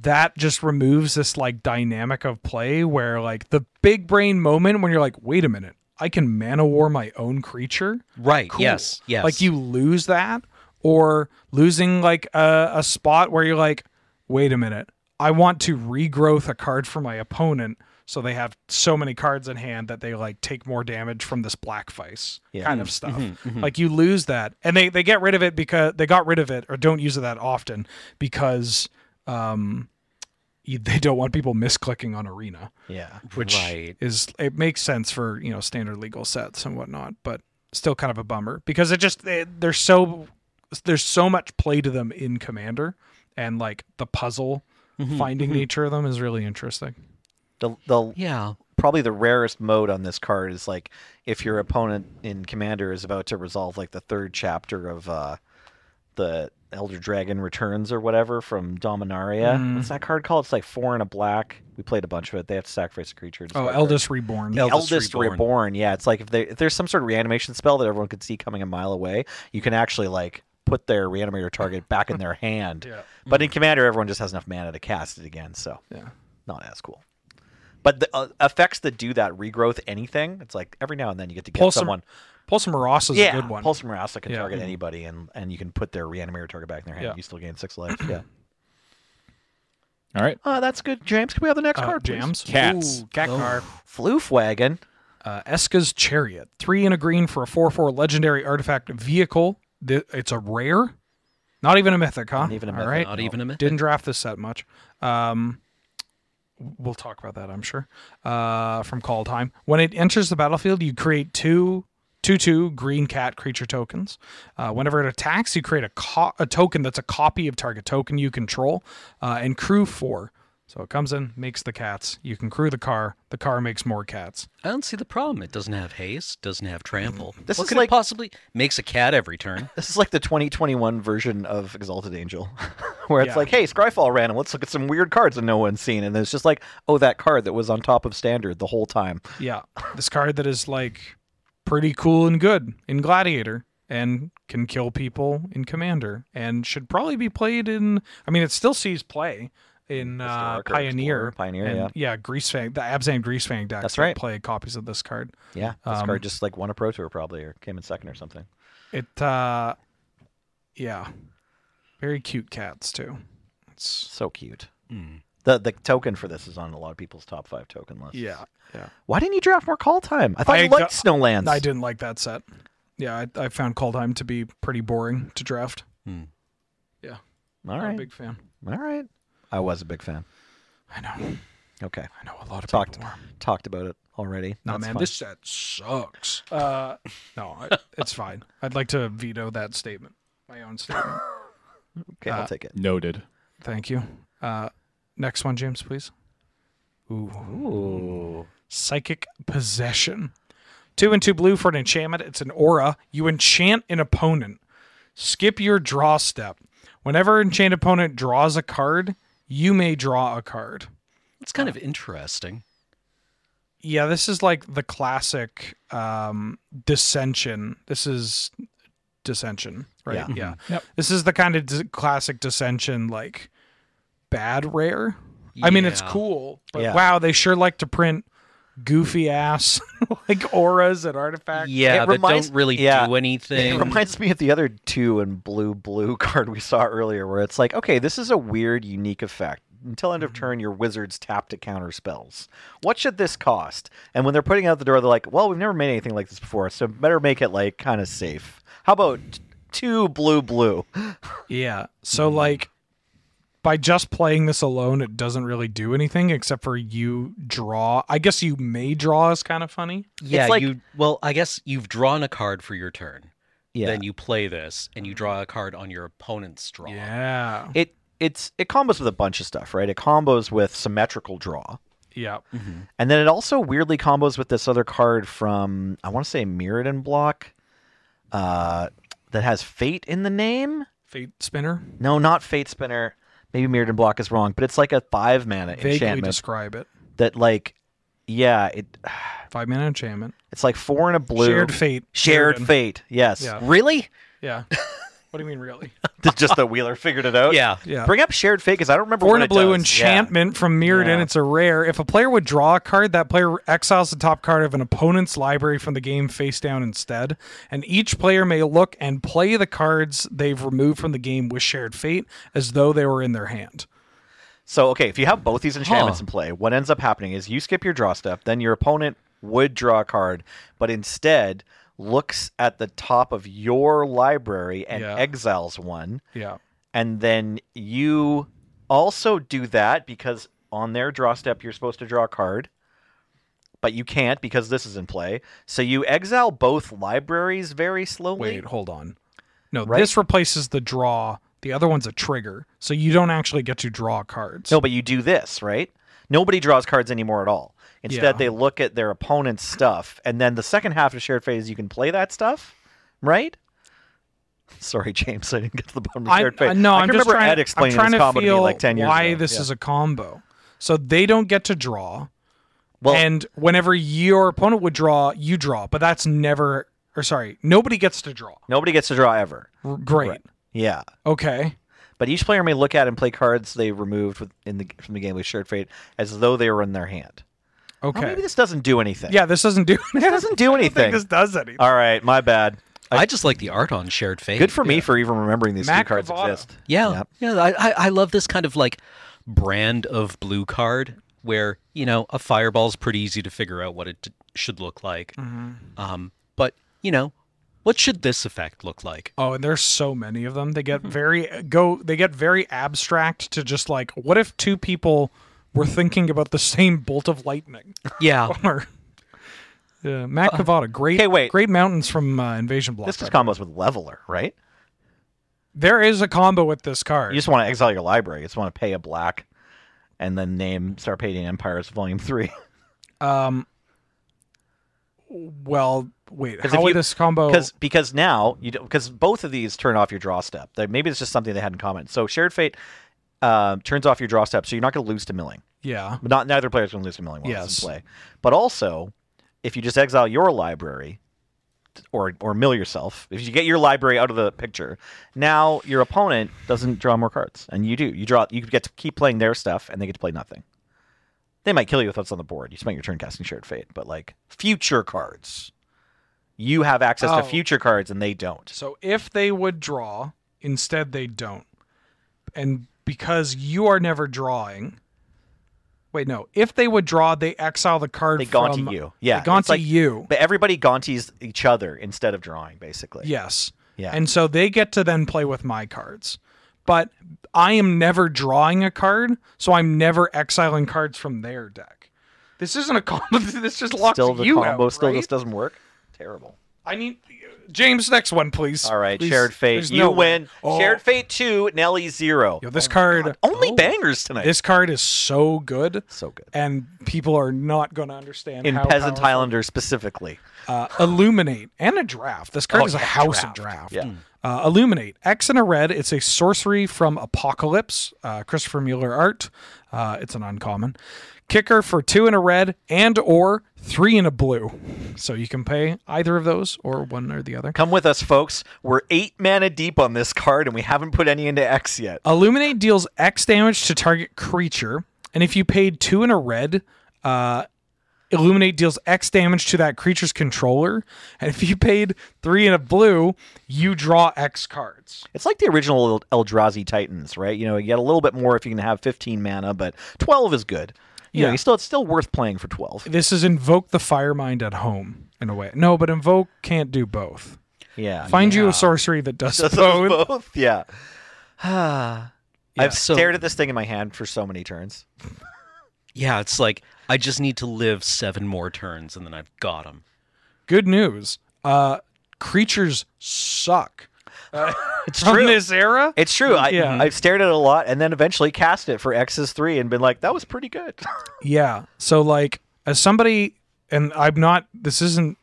A: that just removes this like dynamic of play where like the big brain moment when you're like, wait a minute, I can mana war my own creature
C: Right.
A: cool.
C: Yes. Yes.
A: Like you lose that or losing like a, a spot where you're like, wait a minute, I want to regrowth a card for my opponent so they have so many cards in hand that they like take more damage from this black face
B: Yeah.
A: kind of
C: Mm-hmm.
A: stuff. Like you lose that. And they, they get rid of it because they got rid of it or don't use it that often because um you- they don't want people misclicking on arena
B: Yeah.
A: which
C: Right.
A: is it makes sense for you know standard legal sets and whatnot, but still kind of a bummer because it just they, there's so there's so much play to them in Commander, and like the puzzle
B: Mm-hmm,
A: finding nature of them is really interesting.
B: The, the
C: Yeah.
B: probably the rarest mode on this card is like if your opponent in commander is about to resolve like the third chapter of uh the elder dragon returns or whatever from dominaria
A: Mm.
B: what's that card called it's like four and a black we played a bunch of it they have to sacrifice a creature to
A: Oh,
B: discard a card.
A: Eldest Reborn.
C: Eldest
B: eldest,
C: Reborn.
B: reborn. yeah it's like if, there, if there's some sort of reanimation spell that everyone could see coming a mile away you can actually like put their reanimator target back in their hand
A: Yeah. Mm-hmm.
B: but in commander everyone just has enough mana to cast it again so
A: Yeah.
B: not as cool. But the uh, effects that do that regrowth anything, it's like every now and then you get to get
A: Pulse of-
B: someone.
A: Pulse of Morass is
B: yeah,
A: a good one.
B: Pulse of Marasa can
A: Yeah. Mm-hmm.
B: target anybody, and and you can put their reanimator target back in their hand.
A: Yeah.
B: You still gain six life. Yeah.
D: All right.
B: Oh, that's good, James. Can we have the next
A: Uh,
B: card, please?
A: jams.
D: Cats.
A: Ooh,
B: Oh.
A: cat car.
B: Floof wagon.
A: uh, Eska's Chariot. Three and a green for a 4 4 legendary artifact vehicle. Th- It's a rare. Not even a mythic, huh?
B: even a
A: All
B: mythic,
A: right.
C: Not even a mythic.
A: Didn't draft this set much. Um, we'll talk about that, I'm sure. Uh, from call time. When it enters the battlefield, you create two. Two two green cat creature tokens. Uh, whenever it attacks, you create a, co- a token that's a copy of target token you control, uh, and crew four. So it comes in, makes the cats. You can crew the car. The car makes more cats.
C: I don't see the problem. It doesn't have haste, doesn't have trample.
B: Mm-hmm. This
C: what
B: is
C: could
B: like-
C: it possibly makes a cat every turn?
B: This is like the 2021 version of Exalted Angel, where it's
A: Yeah.
B: like, hey, Scryfall random. Let's look at some weird cards that no one's seen, and it's just like, oh, that card that was on top of standard the whole time.
A: Yeah. This card that is like pretty cool and good in Gladiator and can kill people in Commander and should probably be played in I mean it still sees play in uh,
B: Historic or
A: Pioneer.
B: Explorer, Pioneer,
A: and,
B: yeah.
A: Yeah, Greasefang the Abzan Greasefang deck
B: That's right.
A: play copies of this card.
B: Yeah, this
A: Um,
B: card just like won a pro tour probably, or came in second or something.
A: It uh yeah. Very cute cats too. It's
B: So cute.
A: Hmm.
B: The the token for this is on a lot of people's top five token lists.
A: yeah. Yeah.
B: Why didn't you draft more call time? I thought
A: I
B: you liked
A: d-
B: Snowlands.
A: I didn't like that set. Yeah, I, I found Kaldheim to be pretty boring to draft.
C: Hmm.
A: Yeah.
B: All
A: Not a
B: right.
A: big fan.
B: All right. I was a big fan.
A: I know.
B: Okay.
A: I know a lot of
B: Talked
A: people were.
B: talked about it already.
A: No,
B: That's
A: man,
B: fine.
A: this set sucks. Uh, no, I, it's fine. I'd like to veto that statement, my own statement.
B: Okay,
A: uh,
B: I'll take it.
D: Noted.
A: Thank you. Uh, next one, James, please. Ooh.
B: Ooh.
A: Psychic Possession. Two and two blue for an enchantment. It's an aura. You enchant an opponent. Skip your draw step. Whenever an enchanted opponent draws a card, you may draw a card.
C: It's kind of interesting.
A: yeah this is like the classic um dissension this is dissension, right?
B: Yeah.
D: Yep.
A: This is the kind of dis- classic dissension, like bad rare. I mean, it's
C: Yeah.
A: cool, but
B: Yeah.
A: wow, they sure like to print goofy ass like auras and artifacts.
C: Yeah,
B: It
C: that
B: reminds-
C: don't really
B: yeah.
C: do anything.
B: It reminds me of the other two and blue blue card we saw earlier, where it's like, okay, this is a weird, unique effect. Until end of turn, your wizards tap to counter spells. What should this cost? And when they're putting it out the door, they're like, well, we've never made anything like this before, so better make it like kind of safe. How about t- two blue blue?
A: Yeah. So like by just playing this alone, it doesn't really do anything except for you draw. I guess you may draw is kind of funny.
C: yeah,
B: like-
C: you. Well, I guess you've drawn a card for your turn.
B: Yeah.
C: Then you play this, and you draw a card on your opponent's draw.
A: Yeah.
B: It it's it combos with a bunch of stuff, right? It combos with symmetrical draw.
A: Yeah.
C: Mm-hmm.
B: And then it also weirdly combos with this other card from I want to say Mirrodin block, uh, that has Fate in the name.
A: Fate spinner.
B: No, not Fate Spinner. Maybe Mirrodin block is wrong, but it's like a five mana
A: Vaguely
B: enchantment
A: describe it.
B: that like, yeah, it
A: Five mana enchantment.
B: it's like four and a blue
A: Shared fate.
B: Shared
A: Mirrodin.
B: fate. Yes,
A: Yeah.
B: really?
A: Yeah. what do you mean really?
B: Just that Wheeler figured it out.
C: Yeah.
A: Yeah.
B: Bring up shared fate because I don't remember.
A: Born
B: what
A: a
B: it
A: blue
B: does. Yeah.
A: enchantment from Mirrodin.
B: Yeah.
A: It's a rare. If a player would draw a card, that player exiles the top card of an opponent's library from the game face down instead. And each player may look and play the cards they've removed from the game with shared fate as though they were in their hand.
B: So okay, if you have both these enchantments
C: Huh.
B: in play, what ends up happening is you skip your draw step, then your opponent would draw a card, but instead looks at the top of your library and
A: Yeah.
B: exiles one,
A: Yeah.
B: and then you also do that because on their draw step you're supposed to draw a card, but you can't because this is in play. So you exile both libraries very slowly.
A: Wait, hold on. No,
B: Right?
A: this replaces the draw. The other one's a trigger. So you don't actually get to draw cards.
B: No, but you do this, right? Nobody draws cards anymore at all. Instead,
A: Yeah.
B: they look at their opponent's stuff, and then the second half of shared fate is you can play that stuff, right? Sorry, James, I didn't get to the bottom of
A: I,
B: shared fate.
A: I- uh, no,
B: I
A: am
B: can
A: just
B: remember
A: trying,
B: Ed explaining
A: I'm trying
B: this
A: to
B: combo to me
A: feel
B: like ten years
A: why
B: ago.
A: this
B: Yeah.
A: is a combo. So they don't get to draw.
B: well,
A: and whenever your opponent would draw, you draw. But that's never, or sorry, nobody gets to draw.
B: nobody gets to draw ever.
A: R- Great.
B: Yeah,
A: Okay.
B: but each player may look at and play cards they removed with, in the from the game with shared fate as though they were in their hand. Oh,
A: Okay.
B: maybe this doesn't do anything.
A: yeah, this doesn't do.
B: this doesn't do
A: I don't think
B: anything.
A: this does anything.
B: All right, my bad.
C: I, just like the art on Shared Fate.
B: Good for me for even remembering these
A: Mac
B: two cards
A: Cravata.
B: exist.
C: Yeah,
B: Yep.
C: yeah. I, I I love this kind of like brand of blue card where you know a fireball's pretty easy to figure out what it d- should look like. Um, but you know, what should this effect look like?
A: Oh, and there's so many of them. They
B: Mm-hmm.
A: get very go. They get very abstract to just like, what if two people were thinking about the same bolt of lightning?
C: Yeah,
A: Or yeah, Mac Cavada, great.
B: Uh, okay, wait.
A: Great mountains from uh, Invasion Block.
B: This
A: by
B: is
A: the
B: combos with leveler, right?
A: There is a combo with this card.
B: You just want to exile your library. You just want to pay a black, and then name Sarpedian Empires Volume Three.
A: Um. Well, wait.
B: if
A: How would
B: you-
A: this combo?
B: Because because now you because both of these turn off your draw step. They- Maybe it's just something they had in common. So Shared Fate uh, turns off your draw step, so you're not going to lose to milling.
A: yeah.
B: But not neither player's going to lose to milling while yes.
A: Yes.
B: in play. But also, if you just exile your library. Or, or mill yourself. If you get your library out of the picture, now your opponent doesn't draw more cards, and you do. You draw. You get to keep playing their stuff, and they get to play nothing. They might kill you with what's on the board. You spent your turn casting Shared Fate, but like future cards, you have access
A: Oh.
B: to future cards and they don't.
A: So if they would draw, instead they don't. And because you are never drawing. Wait, no. If they would draw, they exile the card
B: They
A: from
B: gaunty you. Yeah,
A: They gaunt
B: it's like-
A: you.
B: But everybody gaunties each other instead of drawing, basically.
A: Yes.
B: Yeah.
A: And so they get to then play with my cards. But I am never drawing a card, so I'm never exiling cards from their deck. This isn't a combo. This just locks
B: still the
A: you
B: combo
A: out,
B: still
A: right?
B: just doesn't work. Terrible.
A: I need James. Next one, please.
B: All right,
A: Please.
B: Shared Fate.
A: There's
B: you
A: no way.
B: win.
A: Oh.
B: Shared Fate two, Nelly zero.
A: Yo, this card. oh,
B: Only bangers tonight.
A: This card is so good,
B: so good.
A: and people are not going to understand.
B: In
A: how
B: Peasant
A: powerful-
B: Highlander specifically.
A: uh, illuminate and a draft. This card
B: Oh,
A: is a
B: yeah,
A: house
B: draft.
A: of draft.
B: Yeah.
A: Uh, illuminate X and a red. It's a sorcery from Apocalypse, uh, Christopher Mueller art. Uh, it's an uncommon. kicker for two in a red and or three in a blue. So you can pay either of those or one or the other.
B: Come with us, folks. We're eight mana deep on this card, and we haven't put any into X yet.
A: Illuminate deals X damage to target creature, and if you paid two in a red, uh, Illuminate deals X damage to that creature's controller, and if you paid three in a blue, you draw X cards.
B: It's like the original Eldrazi Titans, right? You know, you get a little bit more if you can have 15 mana, but 12 is good. You know,
A: Yeah.
B: you still it's still worth playing for 12.
A: This is Invoke the Firemind at home in a way. No, but Invoke can't do both.
B: Yeah.
A: Find you a sorcery that does,
B: Does
A: both.
B: those both? Yeah.
C: Yeah,
B: I've
C: so-
B: stared at this thing in my hand for so many turns.
C: Yeah, it's like I just need to live seven more turns, and then I've got them.
A: Good news. Uh, creatures suck. Uh,
B: It's
A: From this era,
B: It's true. I,
A: Yeah.
B: I've stared at it a lot and then eventually cast it for X's three and been like, that was pretty good.
A: Yeah. So like as somebody and I'm not this isn't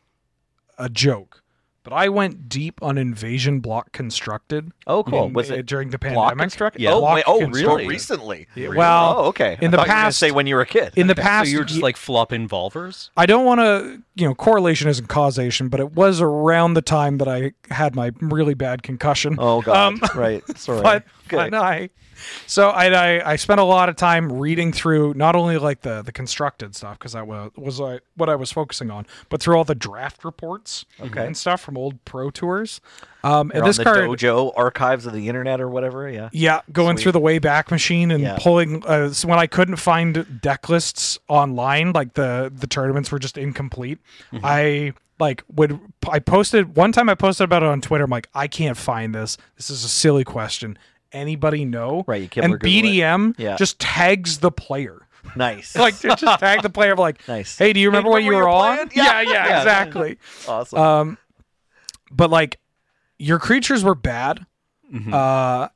A: a joke, but I went deep on invasion block constructed.
B: Oh, cool.
A: in-
B: Was it
A: during the
B: Block
A: pandemic?
B: construct?
C: Yeah.
B: Oh,
A: Block
B: wait, oh really?
A: constructed.
B: Recently.
A: Well,
B: oh, okay.
A: in the
B: I thought you were gonna
A: past-
B: say when you were a kid.
A: in the
C: So
A: past
C: you were just
A: ye-
C: like flop involvers.
A: I don't want to, you know, correlation isn't causation, but it was around the time that I had my really bad concussion.
B: oh
A: Um,
B: god. right. Sorry.
A: but,
B: Okay.
A: but I so I, I I spent a lot of time reading through not only like the the constructed stuff because that was was like what I was focusing on, but through all the draft reports
B: Okay.
A: and stuff from old pro tours. Um,
B: You're
A: and this
B: on the
A: card,
B: dojo archives of the internet or whatever. Yeah.
A: yeah, going through the Wayback Machine and
B: Yeah.
A: pulling uh, so when I couldn't find deck lists online, like the the tournaments were just incomplete.
B: Mm-hmm.
A: I like would I posted one time I posted about it on Twitter. I'm like, I can't find this. This is a silly question. Anybody know?
B: Right, you can't
A: and
B: Google it.
A: BDM
B: Yeah.
A: just tags the player.
B: Nice.
A: Like they just tag the player. Like,
B: Nice.
A: hey, do you remember what you
B: remember
A: were
B: what you were
A: on?
B: playing?
A: Yeah, yeah,
B: Yeah. Yeah.
A: exactly.
B: awesome.
A: Um, but like, your creatures were bad.
C: Mhm.
A: Uh,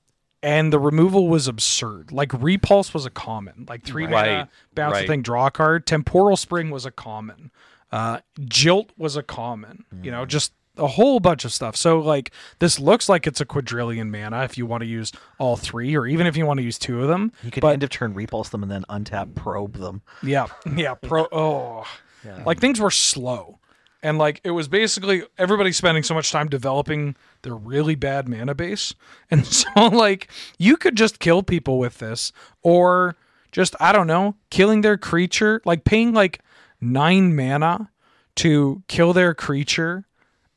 A: and the removal was absurd. Like repulse was a common, like three
C: Right,
A: mana bounce a
C: right.
A: thing, draw a card. Temporal spring was a common. Uh, Jilt was a common. You know, just a whole bunch of stuff. So like this looks like it's a quadrillion mana if you want to use all three, or even if you want to use two of them.
B: you could
A: but-
B: end of turn repulse them and then untap probe them.
A: Yeah, yeah. Pro. Oh,
B: Yeah.
A: like things were slow, and like it was basically everybody spending so much time developing their really bad mana base, and so like you could just kill people with this, or just I don't know, killing their creature, like paying like nine mana to kill their creature,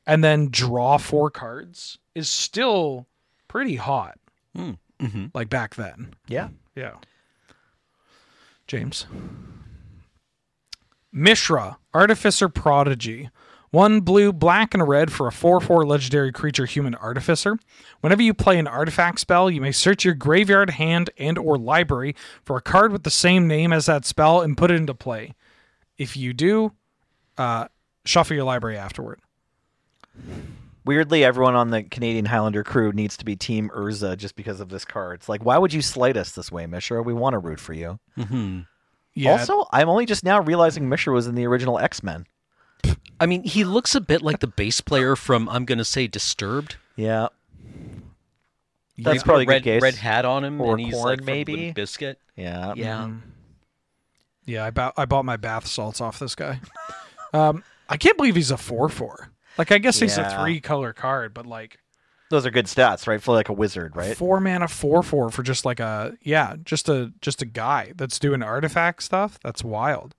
A: and then draw four cards is still pretty hot,
C: Mm-hmm.
A: like back then.
B: Yeah.
A: Yeah. James. Mishra, Artificer Prodigy. One blue, black, and a red for a 4 4 legendary creature human artificer. Whenever you play an artifact spell, you may search your graveyard, hand, and or library for a card with the same name as that spell and put it into play. If you do, uh, shuffle your library afterward.
B: Weirdly, everyone on the Canadian Highlander crew needs to be Team Urza just because of this card. It's like, why would you slight us this way, Mishra? We want to root for you.
C: Mm-hmm.
A: Yeah.
B: Also, I'm only just now realizing Mishra was in the original X Men.
C: I mean, he looks a bit like the bass player from I'm gonna say Disturbed.
B: Yeah. That's
C: He's got
B: probably a
C: red
B: good case.
C: red hat on him,
B: Or
C: and he's
B: corn,
C: like
B: maybe?
C: biscuit.
B: Yeah.
C: Yeah,
A: Mm-hmm. yeah, I, bought I bought my bath salts off this guy. Um, I can't believe he's a 4 4. Like, I guess he's a
B: Yeah.
A: three color card, but like
B: Those are good stats, right? For like a wizard, right?
A: four mana, 4 4 for just like a, yeah, just a, just a guy that's doing artifact stuff. That's wild.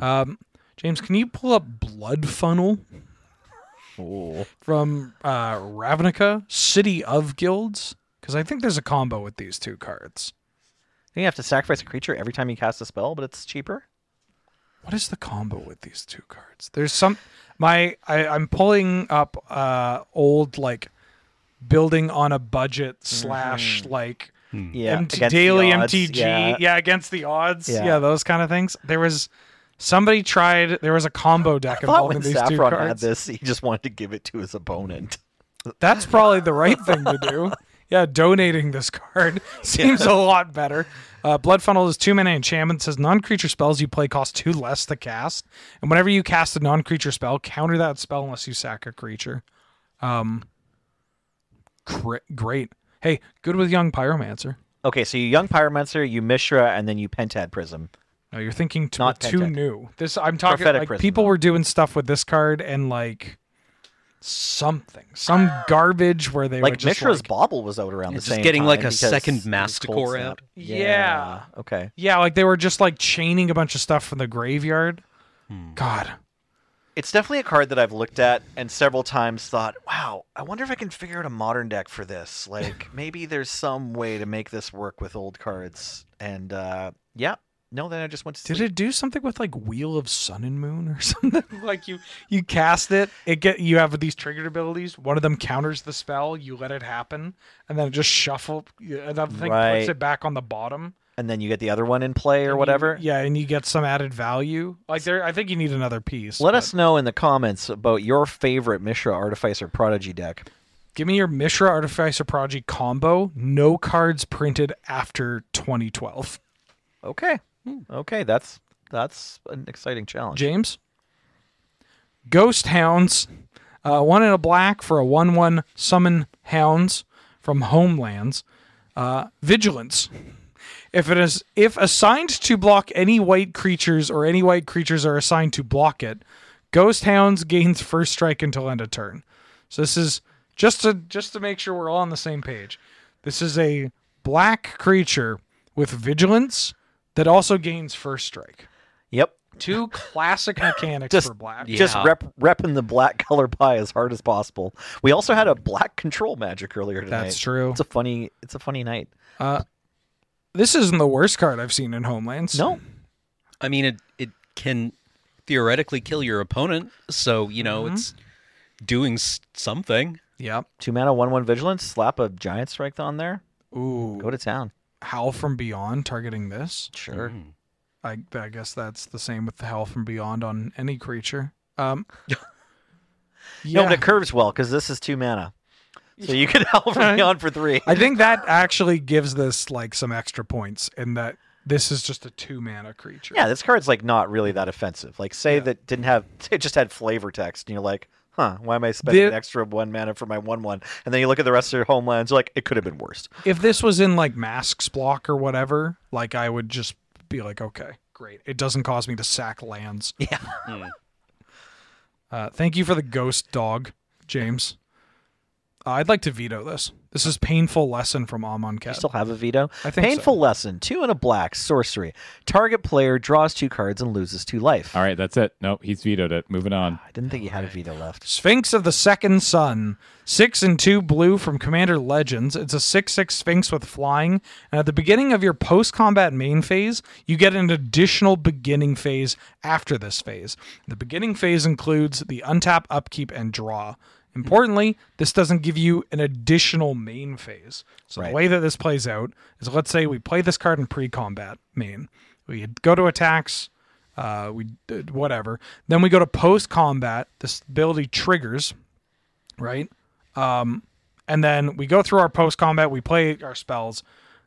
A: Um, James, can you pull up Blood Funnel
B: Ooh.
A: from uh, Ravnica, City of Guilds? Because I think there's a combo with these two cards.
B: You have to sacrifice a creature every time you cast a spell, but it's cheaper.
A: What is the combo with these two cards? There's some my I, I'm pulling up uh old like building on a budget slash like
B: Mm-hmm. Yeah.
A: MT
B: against the
A: daily
B: odds,
A: MTG
B: Yeah.
A: yeah. against the odds yeah.
B: Yeah.
A: those kind of things. There was somebody tried there was a combo deck
B: I thought
A: involving
B: when
A: these two
B: Saffron had
A: cards.
B: this, he just wanted to give it to his opponent.
A: That's probably the right thing to do. Yeah, donating this card seems a lot better. Uh, Blood Funnel is two mana enchantment. Says non creature spells you play cost two less to cast. And whenever you cast a non creature spell, counter that spell unless you sack a creature. Um, cre- great. Hey, good with Young Pyromancer.
B: Okay, so you young pyromancer, you Mishra, and then you Pentad Prism.
A: No, you're thinking t-
B: Not
A: too
B: Tantec.
A: new. This I'm talking
B: Prophetic
A: like
B: Prism,
A: people
B: though.
A: were doing stuff with this card and like something, some garbage where they were
B: Like
A: just
B: Mithra's
A: like,
B: bobble was out around
C: Yeah,
B: the
C: just
B: same
C: getting, like,
B: time
C: a
B: because
C: second
B: it was Cold
C: Masticor
B: Snap.
C: out.
A: Yeah.
B: Okay.
A: yeah, like they were just like chaining a bunch of stuff from the graveyard.
B: Hmm.
A: God,
B: It's definitely a card that I've looked at and several times thought, "Wow, I wonder if I can figure out a modern deck for this. Like maybe there's some way to make this work with old cards." And uh, yeah, no, then I just went to
A: did
B: sleep.
A: it do something with like Wheel of Sun and Moon or something? like you you cast it, it get you have these triggered abilities. One of them counters the spell. You let it happen, and then it just shuffle. Another thing
B: Right.
A: puts it back on the bottom.
B: and then you get the other one in play or
A: and you-
B: whatever.
A: yeah, and you get some added value. Like there, I think you need another piece.
B: Let
A: but-
B: us know in the comments about your favorite Mishra Artificer Prodigy deck.
A: give me your Mishra Artificer Prodigy combo. No cards printed after 2012.
B: Okay.
A: Hmm.
B: Okay, that's that's an exciting challenge.
A: James, Ghost Hounds, uh, one in a black for a one-one summon hounds from homelands. Uh, vigilance. If it is if assigned to block any white creatures or any white creatures are assigned to block it, Ghost Hounds gains first strike until end of turn. So this is just to just to make sure we're all on the same page. This is a black creature with vigilance that also gains first strike.
B: yep.
A: Two classic mechanics
B: Just-
A: for black.
B: Just
C: Yeah.
B: rep repping the black color pie as hard as possible. We also had a black control magic earlier tonight.
A: That's true.
B: It's a funny it's a funny night.
A: This isn't the worst card I've seen in Homelands.
B: No.
C: I mean, it it can theoretically kill your opponent, so you know it's doing s- something.
A: Yep.
B: Two mana one one vigilance, slap a giant strike on there,
A: Ooh.
B: go to town. Mm-hmm.
A: Howl from Beyond targeting this.
B: Sure.
A: I, I guess that's the same with the Howl from Beyond on any creature. Um.
B: No,
A: yeah.
B: but it curves well because this is two mana. So you can help me on for three.
A: I think that actually gives this like some extra points in that this is just a two mana creature.
B: Yeah, this card's like not really that offensive. Like, say
A: Yeah.
B: that didn't have it just had flavor text, and you're like, huh, why am I spending
A: The-
B: an extra one mana for my one one? And then you look at the rest of your homelands, you're like, it could have been worse.
A: If this was in like Masks block or whatever, like I would just be like, okay, great. It doesn't cause me to sack lands.
B: Yeah.
A: Uh, thank you for the ghost dog, James. Uh, I'd like to veto this. This is painful lesson from Amon
B: You
A: Cat.
B: still have a veto.
A: I think so.
B: Painful lesson. Two and a black sorcery. Target player draws two cards and loses two life.
D: All right, that's it. Nope, he's vetoed it. Moving on.
B: I didn't think you had a veto left.
A: Sphinx of the Second Sun, six and two blue from Commander Legends. It's a six-six Sphinx with flying, and at the beginning of your post-combat main phase, you get an additional beginning phase after this phase. The beginning phase includes the untap, upkeep, and draw. Importantly, this doesn't give you an additional main phase. So
B: Right.
A: the way that this plays out is, let's say we play this card in pre-combat main. We go to attacks uh, we did whatever. Then we go to post combat. This ability triggers, right? Um, and then we go through our post combat. We play our spells.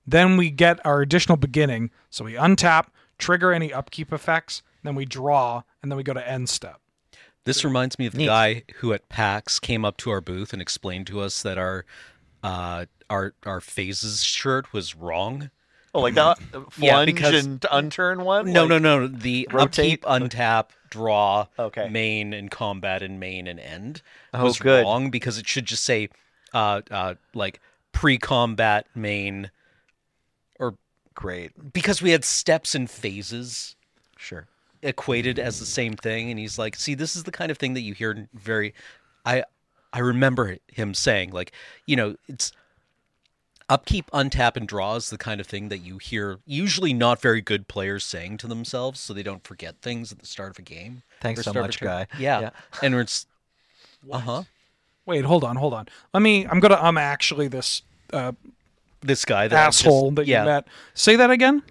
A: Then we get our additional beginning. So we untap, trigger any upkeep effects. Then we draw, and then we go to end step.
C: This reminds me of the guy who at PAX came up to our booth and explained to us that our uh, our our phases shirt was wrong.
B: Oh, like that
C: Yeah, because-
B: and unturn one?
C: No,
B: Like-
C: no, no. The
B: Rotate?
C: upkeep, untap, draw,
B: Okay.
C: main and combat and main and end
B: Oh,
C: was
B: good.
C: wrong because it should just say uh, uh, like pre-combat main or
B: Great.
C: because we had steps and phases
B: Sure.
C: equated as the same thing and he's like see this is the kind of thing that you hear very i i remember him saying like you know it's upkeep untap and draw is the kind of thing that you hear usually not very good players saying to themselves so they don't forget things at the start of a game
B: Thanks
C: or
B: so
C: start of a
B: much,
C: turn.
B: guy.
C: yeah,
B: Yeah.
C: and it's uh-huh
A: Wait, hold on, hold on. Let me. I'm gonna um actually this uh,
C: this guy that I just-
A: asshole that
C: yeah
A: you met. Say that again.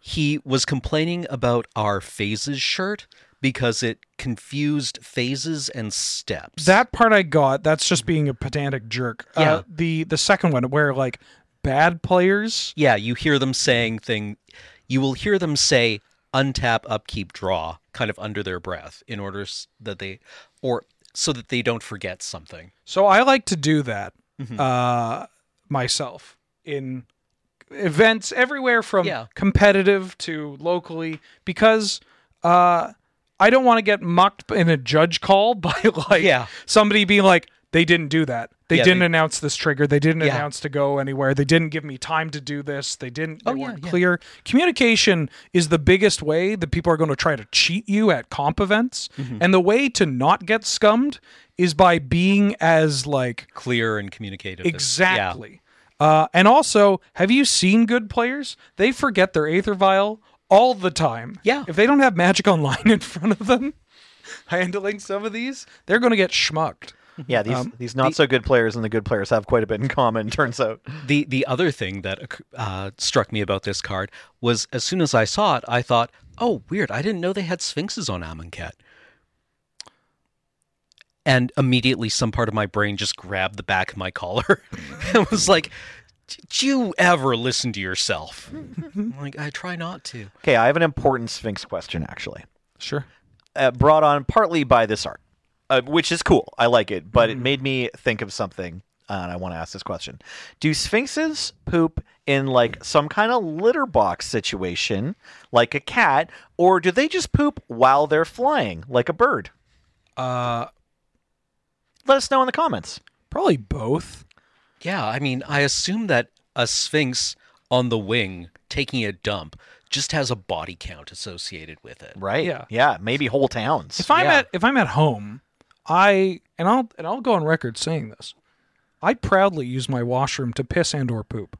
C: he was complaining about our phases shirt because it confused phases and steps
A: That part I got. That's just being a pedantic jerk.
C: Yeah.
A: Uh, the the second one where like bad players
C: yeah, you hear them saying thing you will hear them say untap upkeep draw kind of under their breath in order s- that they or so that they don't forget something. Mm-hmm.
A: So I like to do that uh, myself in events everywhere from
C: Yeah.
A: competitive to locally because uh, I don't want to get mocked in a judge call by like
C: Yeah.
A: somebody being like they didn't do that. They
C: Yeah,
A: didn't
C: they-
A: announce this trigger. They didn't
C: Yeah.
A: announce to go anywhere. They didn't give me time to do this. They didn't. They
C: Oh, yeah,
A: weren't
C: yeah.
A: clear. Communication is the biggest way that people are going to try to cheat you at comp events,
C: Mm-hmm.
A: and the way to not get scummed is by being as like
C: Clear and communicative. as- yeah.
A: Exactly. Uh, and also, have you seen good players? They forget their Aether Vial all the time.
C: Yeah.
A: If they don't have Magic Online in front of them, handling some of these, they're going to get schmucked.
B: Yeah, these these not so good players and the good players have quite a bit in common. Turns out.
C: The the other thing that occ- uh, struck me about this card was as soon as I saw it, I thought, "Oh, weird! I didn't know they had sphinxes on Amonkhet." And immediately, some part of my brain just grabbed the back of my collar and was like, "Did you ever listen to yourself?" I'm like, I try not to.
B: Okay, I have an important Sphinx question actually,
A: Sure.
B: uh, brought on partly by this art, uh, which is cool. I like it, but it
A: Mm-hmm.
B: made me think of something, uh, and I want to ask this question: Do Sphinxes poop in like some kind of litter box situation, like a cat, or do they just poop while they're flying, like a bird?
A: Uh,
B: Let us know in the comments.
A: probably both.
C: Yeah, I mean, I assume that a sphinx on the wing taking a dump just has a body count associated with it.
B: Right?
A: Yeah.
B: Yeah. Maybe whole towns.
A: If I'm
C: Yeah.
A: at if I'm at home, I and I'll and I'll go on record saying this. I proudly use my washroom to piss and or poop.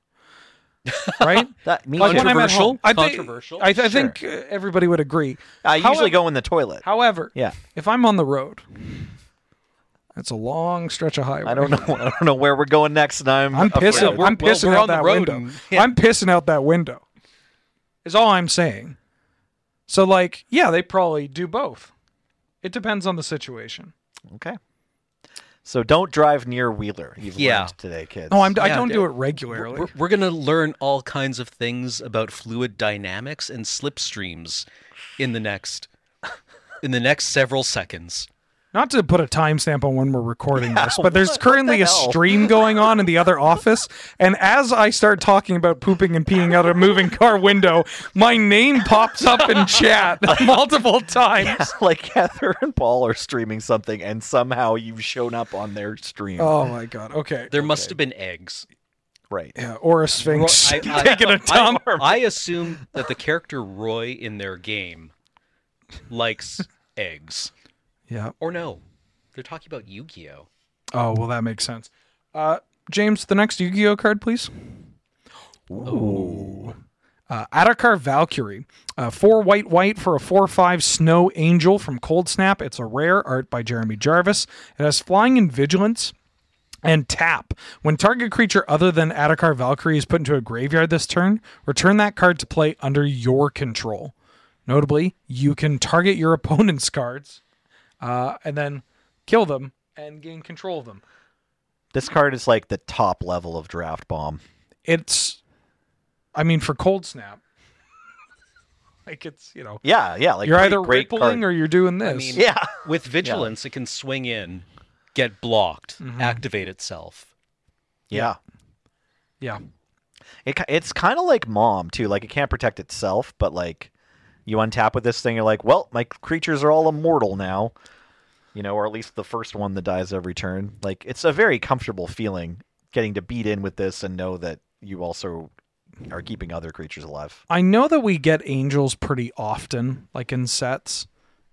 A: Right?
B: that, me
A: Like
B: too.
A: when I'm at home, I think-
C: Controversial?
A: I, I think uh, everybody would agree.
B: I
A: However-
B: usually go in the toilet.
A: However,
B: Yeah.
A: if I'm on the road, that's a long stretch of highway.
B: I don't know. I don't know where we're going next, and I'm.
A: I'm
B: afraid.
A: pissing.
C: we're-
A: I'm
C: well,
A: pissing
C: we're
A: out
C: on the
A: that
C: road
A: window.
C: and- yeah.
A: I'm pissing out that window. Is all I'm saying. So like, yeah, they probably do both. It depends on the situation.
B: Okay. So don't drive near Wheeler. You've
C: Yeah.
B: learned today, kids.
A: No, I'm, I
C: Yeah,
A: don't
C: dude.
A: do it regularly.
C: We're, we're going to learn all kinds of things about fluid dynamics and slipstreams in the next in the next several seconds.
A: Not to put a timestamp on when we're recording this, but there's currently
B: the
A: a
B: hell?
A: stream going on in the other office. And as I start talking about pooping and peeing out a moving car window, my name pops up in chat multiple times.
B: like Heather and Paul are streaming something, and somehow you've shown up on their stream.
A: Oh my god. Okay.
C: There must have been eggs.
B: Right.
A: Yeah, or a sphinx
C: Ro- I- I-
A: taking a dump.
C: I assume that the character Roy in their game likes eggs.
A: yeah.
C: Or no. They're talking about Yu-Gi-Oh.
A: Oh well, that makes sense. Uh, James, the next Yu-Gi-Oh card, please. Ooh. Uh, Adakar Valkyrie, uh, four white white for a four five snow angel from Cold Snap. It's a rare art by Jeremy Jarvis. It has flying and vigilance. And tap. When target creature other than Adakar Valkyrie is put into a graveyard this turn, return that card to play under your control. Notably, you can target your opponent's cards uh, and then kill them and gain control of them.
B: This card is like the top level of draft bomb.
A: It's, I mean, for cold snap, like it's you know
B: Yeah, yeah. Like
A: you're
B: pretty
A: either
B: great
A: rippling
B: card.
A: or you're doing this.
C: mean-
B: yeah.
C: With vigilance, it can swing in, get blocked, activate itself.
B: Yeah.
A: yeah,
B: It, ki- it's kind of like mom too. Like it can't protect itself, but like you untap with this thing, you're like, well, my creatures are all immortal now. You know, or at least the first one that dies every turn. Like it's a very comfortable feeling getting to beat in with this and know that you also are keeping other creatures alive.
A: I know that we get angels pretty often, like in sets,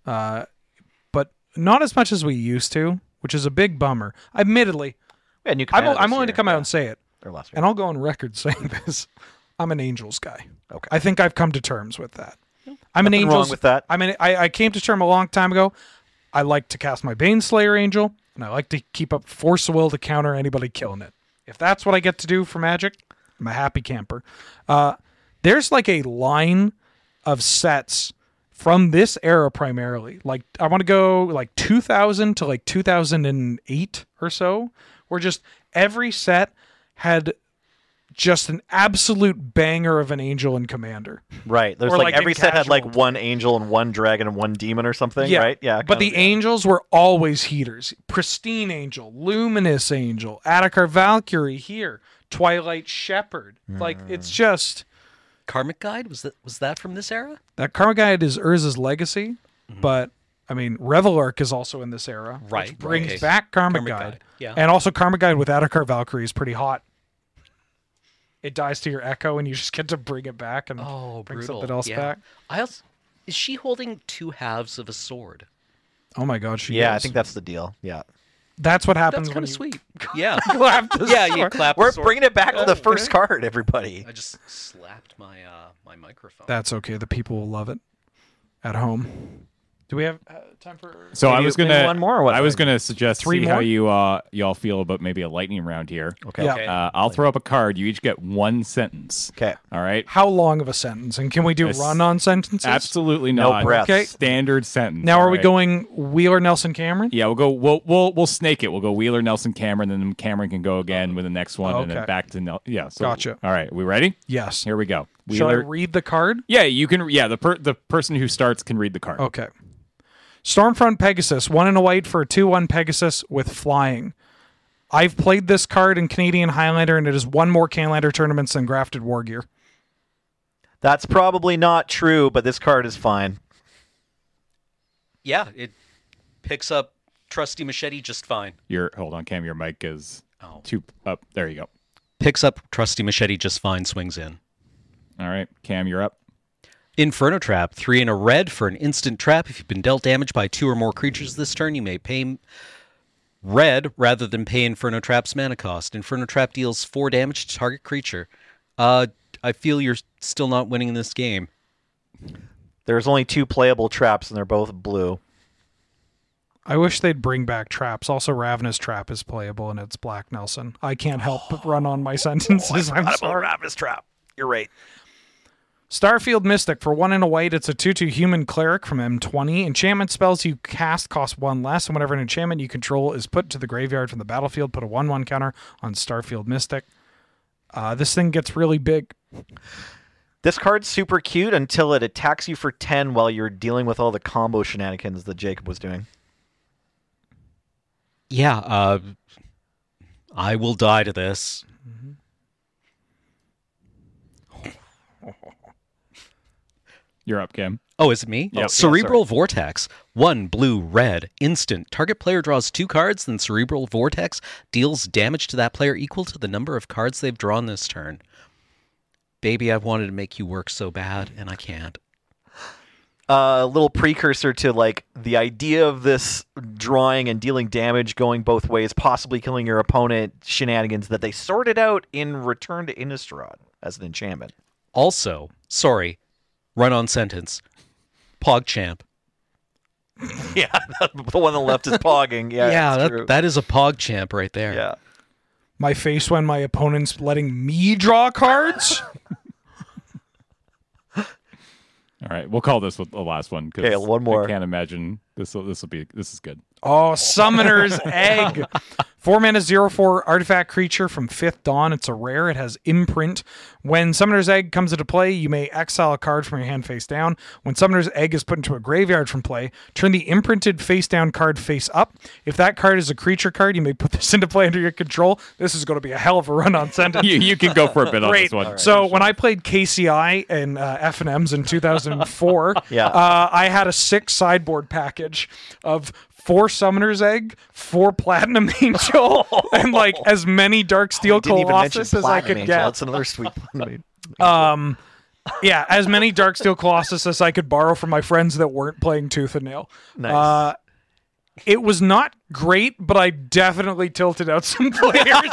A: uh, but not as much as we used to, which is a big bummer. Admittedly,
B: Yeah, and you
A: I'm, I'm willing to come out and say it,
B: or last year.
A: and I'll go on record saying this: I'm an angels guy.
B: Okay.
A: I think I've come to terms with that. I'm an
B: Nothing
A: angels.
B: wrong with that.
A: I mean, I, I came to term a long time ago. I like to cast my Baneslayer Angel, and I like to keep up Force of Will to counter anybody killing it. If that's what I get to do for Magic, I'm a happy camper. Uh, there's like a line of sets from this era primarily. Like I want to go like 2000 to like 2008 or so, where just every set had just an absolute banger of an angel and commander.
B: Right. There's
A: Or,
B: like,
A: like, in
B: every set had like
A: casual.
B: one angel and one dragon and one demon or something, right? Yeah.
A: But the
B: kind of-
A: angels were always heaters. Pristine Angel, Luminous Angel, Attakar Valkyrie here, Twilight Shepherd. Like
B: Mm.
A: it's just
C: Karmic Guide was that was that from this era?
A: that Karma Guide is Urza's legacy, but I mean Revelark is also in this era. which
C: Mm-hmm. Right,
A: brings
C: right.
A: back Karma,
C: Karmic
A: Guide.
C: Guide, yeah.
A: And also Karma Guide with Attakar Valkyrie is pretty hot. It dies to your echo and you just get to bring it back and
C: Oh,
A: bring
C: brutal.
A: something else
C: yeah.
A: back.
C: I also, is she holding two halves of a sword?
A: Oh my god, she
B: Yeah, I
A: is.
B: think that's the deal. Yeah.
A: that's what happens
C: That's
A: when
C: kind of
A: you
C: sweet. Yeah.
A: clap the
C: yeah, you
A: sword.
C: clap. the
B: We're
C: sword.
B: bringing it back
A: Oh,
B: to the first card, everybody.
C: I just slapped my uh, my microphone.
A: That's okay. The people will love it at home. Do we have uh, time for?
D: So I
B: Maybe-
D: was gonna
B: maybe one more or what?
D: I was gonna suggest
A: Three
D: see how
A: more?
D: you uh, y'all feel about maybe a lightning round here.
B: Okay.
A: Yeah.
C: Okay.
D: Uh, I'll throw up a card. You each get one sentence.
B: Okay.
D: All right.
A: How long of a sentence? And can we do
D: Yes.
A: run-on sentences?
D: Absolutely
B: No
D: not.
B: breaths.
A: Okay.
D: Standard sentence.
A: Now, are
D: all
A: we
D: right?
A: going Wheeler Nelson Cameron?
D: Yeah, we'll go. We'll we'll we'll snake it. We'll go Wheeler, Nelson, Cameron, then Cameron can go again with the next one, and then
A: Oh. Okay.
D: back to Nel- yeah. So,
A: Gotcha.
D: All right, we ready?
A: Yes.
D: Here we go.
A: Shall I
D: Wheeler.
A: read the card?
D: yeah, you can. Yeah, the per- the person who starts can read the card.
A: Okay. Stormfront Pegasus, one in a white for a two-one Pegasus with flying. I've played this card in Canadian Highlander, and it has won more Canlander tournaments than Grafted War Gear.
B: That's probably not true, but this card is fine.
C: yeah, it picks up trusty machete just fine.
D: Your hold on, Cam. Your mic is
C: Oh.
D: two up. There you go.
C: Picks up trusty machete just fine. Swings in.
D: All right, Cam, you're up.
C: Inferno Trap, three and a red for an instant trap. If you've been dealt damage by two or more creatures this turn, you may pay red rather than pay Inferno Trap's mana cost. Inferno Trap deals four damage to target creature. Uh, I feel you're still not winning in this game.
B: There's only two playable traps, and they're both blue.
A: I wish they'd bring back traps. Also, Ravenous Trap is playable, and it's Black Nelson. I can't help but run on Oh my sentences. I'm sorry.
B: Ravenous Trap. You're right.
A: Starfield Mystic for one in a white. It's a two-two human cleric from M20. Enchantment spells you cast cost one less, and whenever an enchantment you control is put to the graveyard from the battlefield, put a one-one counter on Starfield Mystic. Uh, this thing gets really big.
B: This card's super cute until it attacks you for 10 while you're dealing with all the combo shenanigans that Jacob was doing.
C: Yeah, uh, I will die to this.
D: You're up, Cam.
C: Oh, is it me?
D: Yep.
C: Cerebral Vortex. One blue, red, instant. Target player draws two cards, then Cerebral Vortex deals damage to that player equal to the number of cards they've drawn this turn. Baby, I've wanted to make you work so bad, and I can't.
B: a little precursor to like the idea of this drawing and dealing damage going both ways, possibly killing your opponent shenanigans that they sorted out in Return to Innistrad as an enchantment.
C: Also, sorry, run on sentence. PogChamp.
B: Yeah, the one on the left is pogging. Yeah,
C: yeah,
B: that's
C: that, that is a PogChamp right there.
B: yeah.
A: My face when my opponent's letting me draw cards.
D: All right, we'll call this with the last one. 'cause
B: Okay, one more.
D: I can't imagine this. will This will be. This is good.
A: Oh, Summoner's Egg. Four mana, zero four artifact creature from Fifth Dawn. It's a rare. It has imprint. When Summoner's Egg comes into play, you may exile a card from your hand face down. When Summoner's Egg is put into a graveyard from play, turn the imprinted face down card face up. If that card is a creature card, you may put this into play under your control. This is going to be a hell of a run on sentence.
D: You you can go for a bit on this
A: Great.
D: one.
A: So when I played KCI and uh, F and M's in 2004,
B: Yeah.
A: uh, I had a six sideboard package of four Summoner's Egg, four Platinum Angel, and like as many Dark Steel
B: Didn't even mention
A: Colossus as I could
B: Platinum Angel.
A: get.
B: That's another sweet one.
A: Um, yeah, as many Dark Steel Colossus as I could borrow from my friends that weren't playing Tooth and Nail.
B: Nice.
A: Uh, it was not great, but I definitely tilted out some players.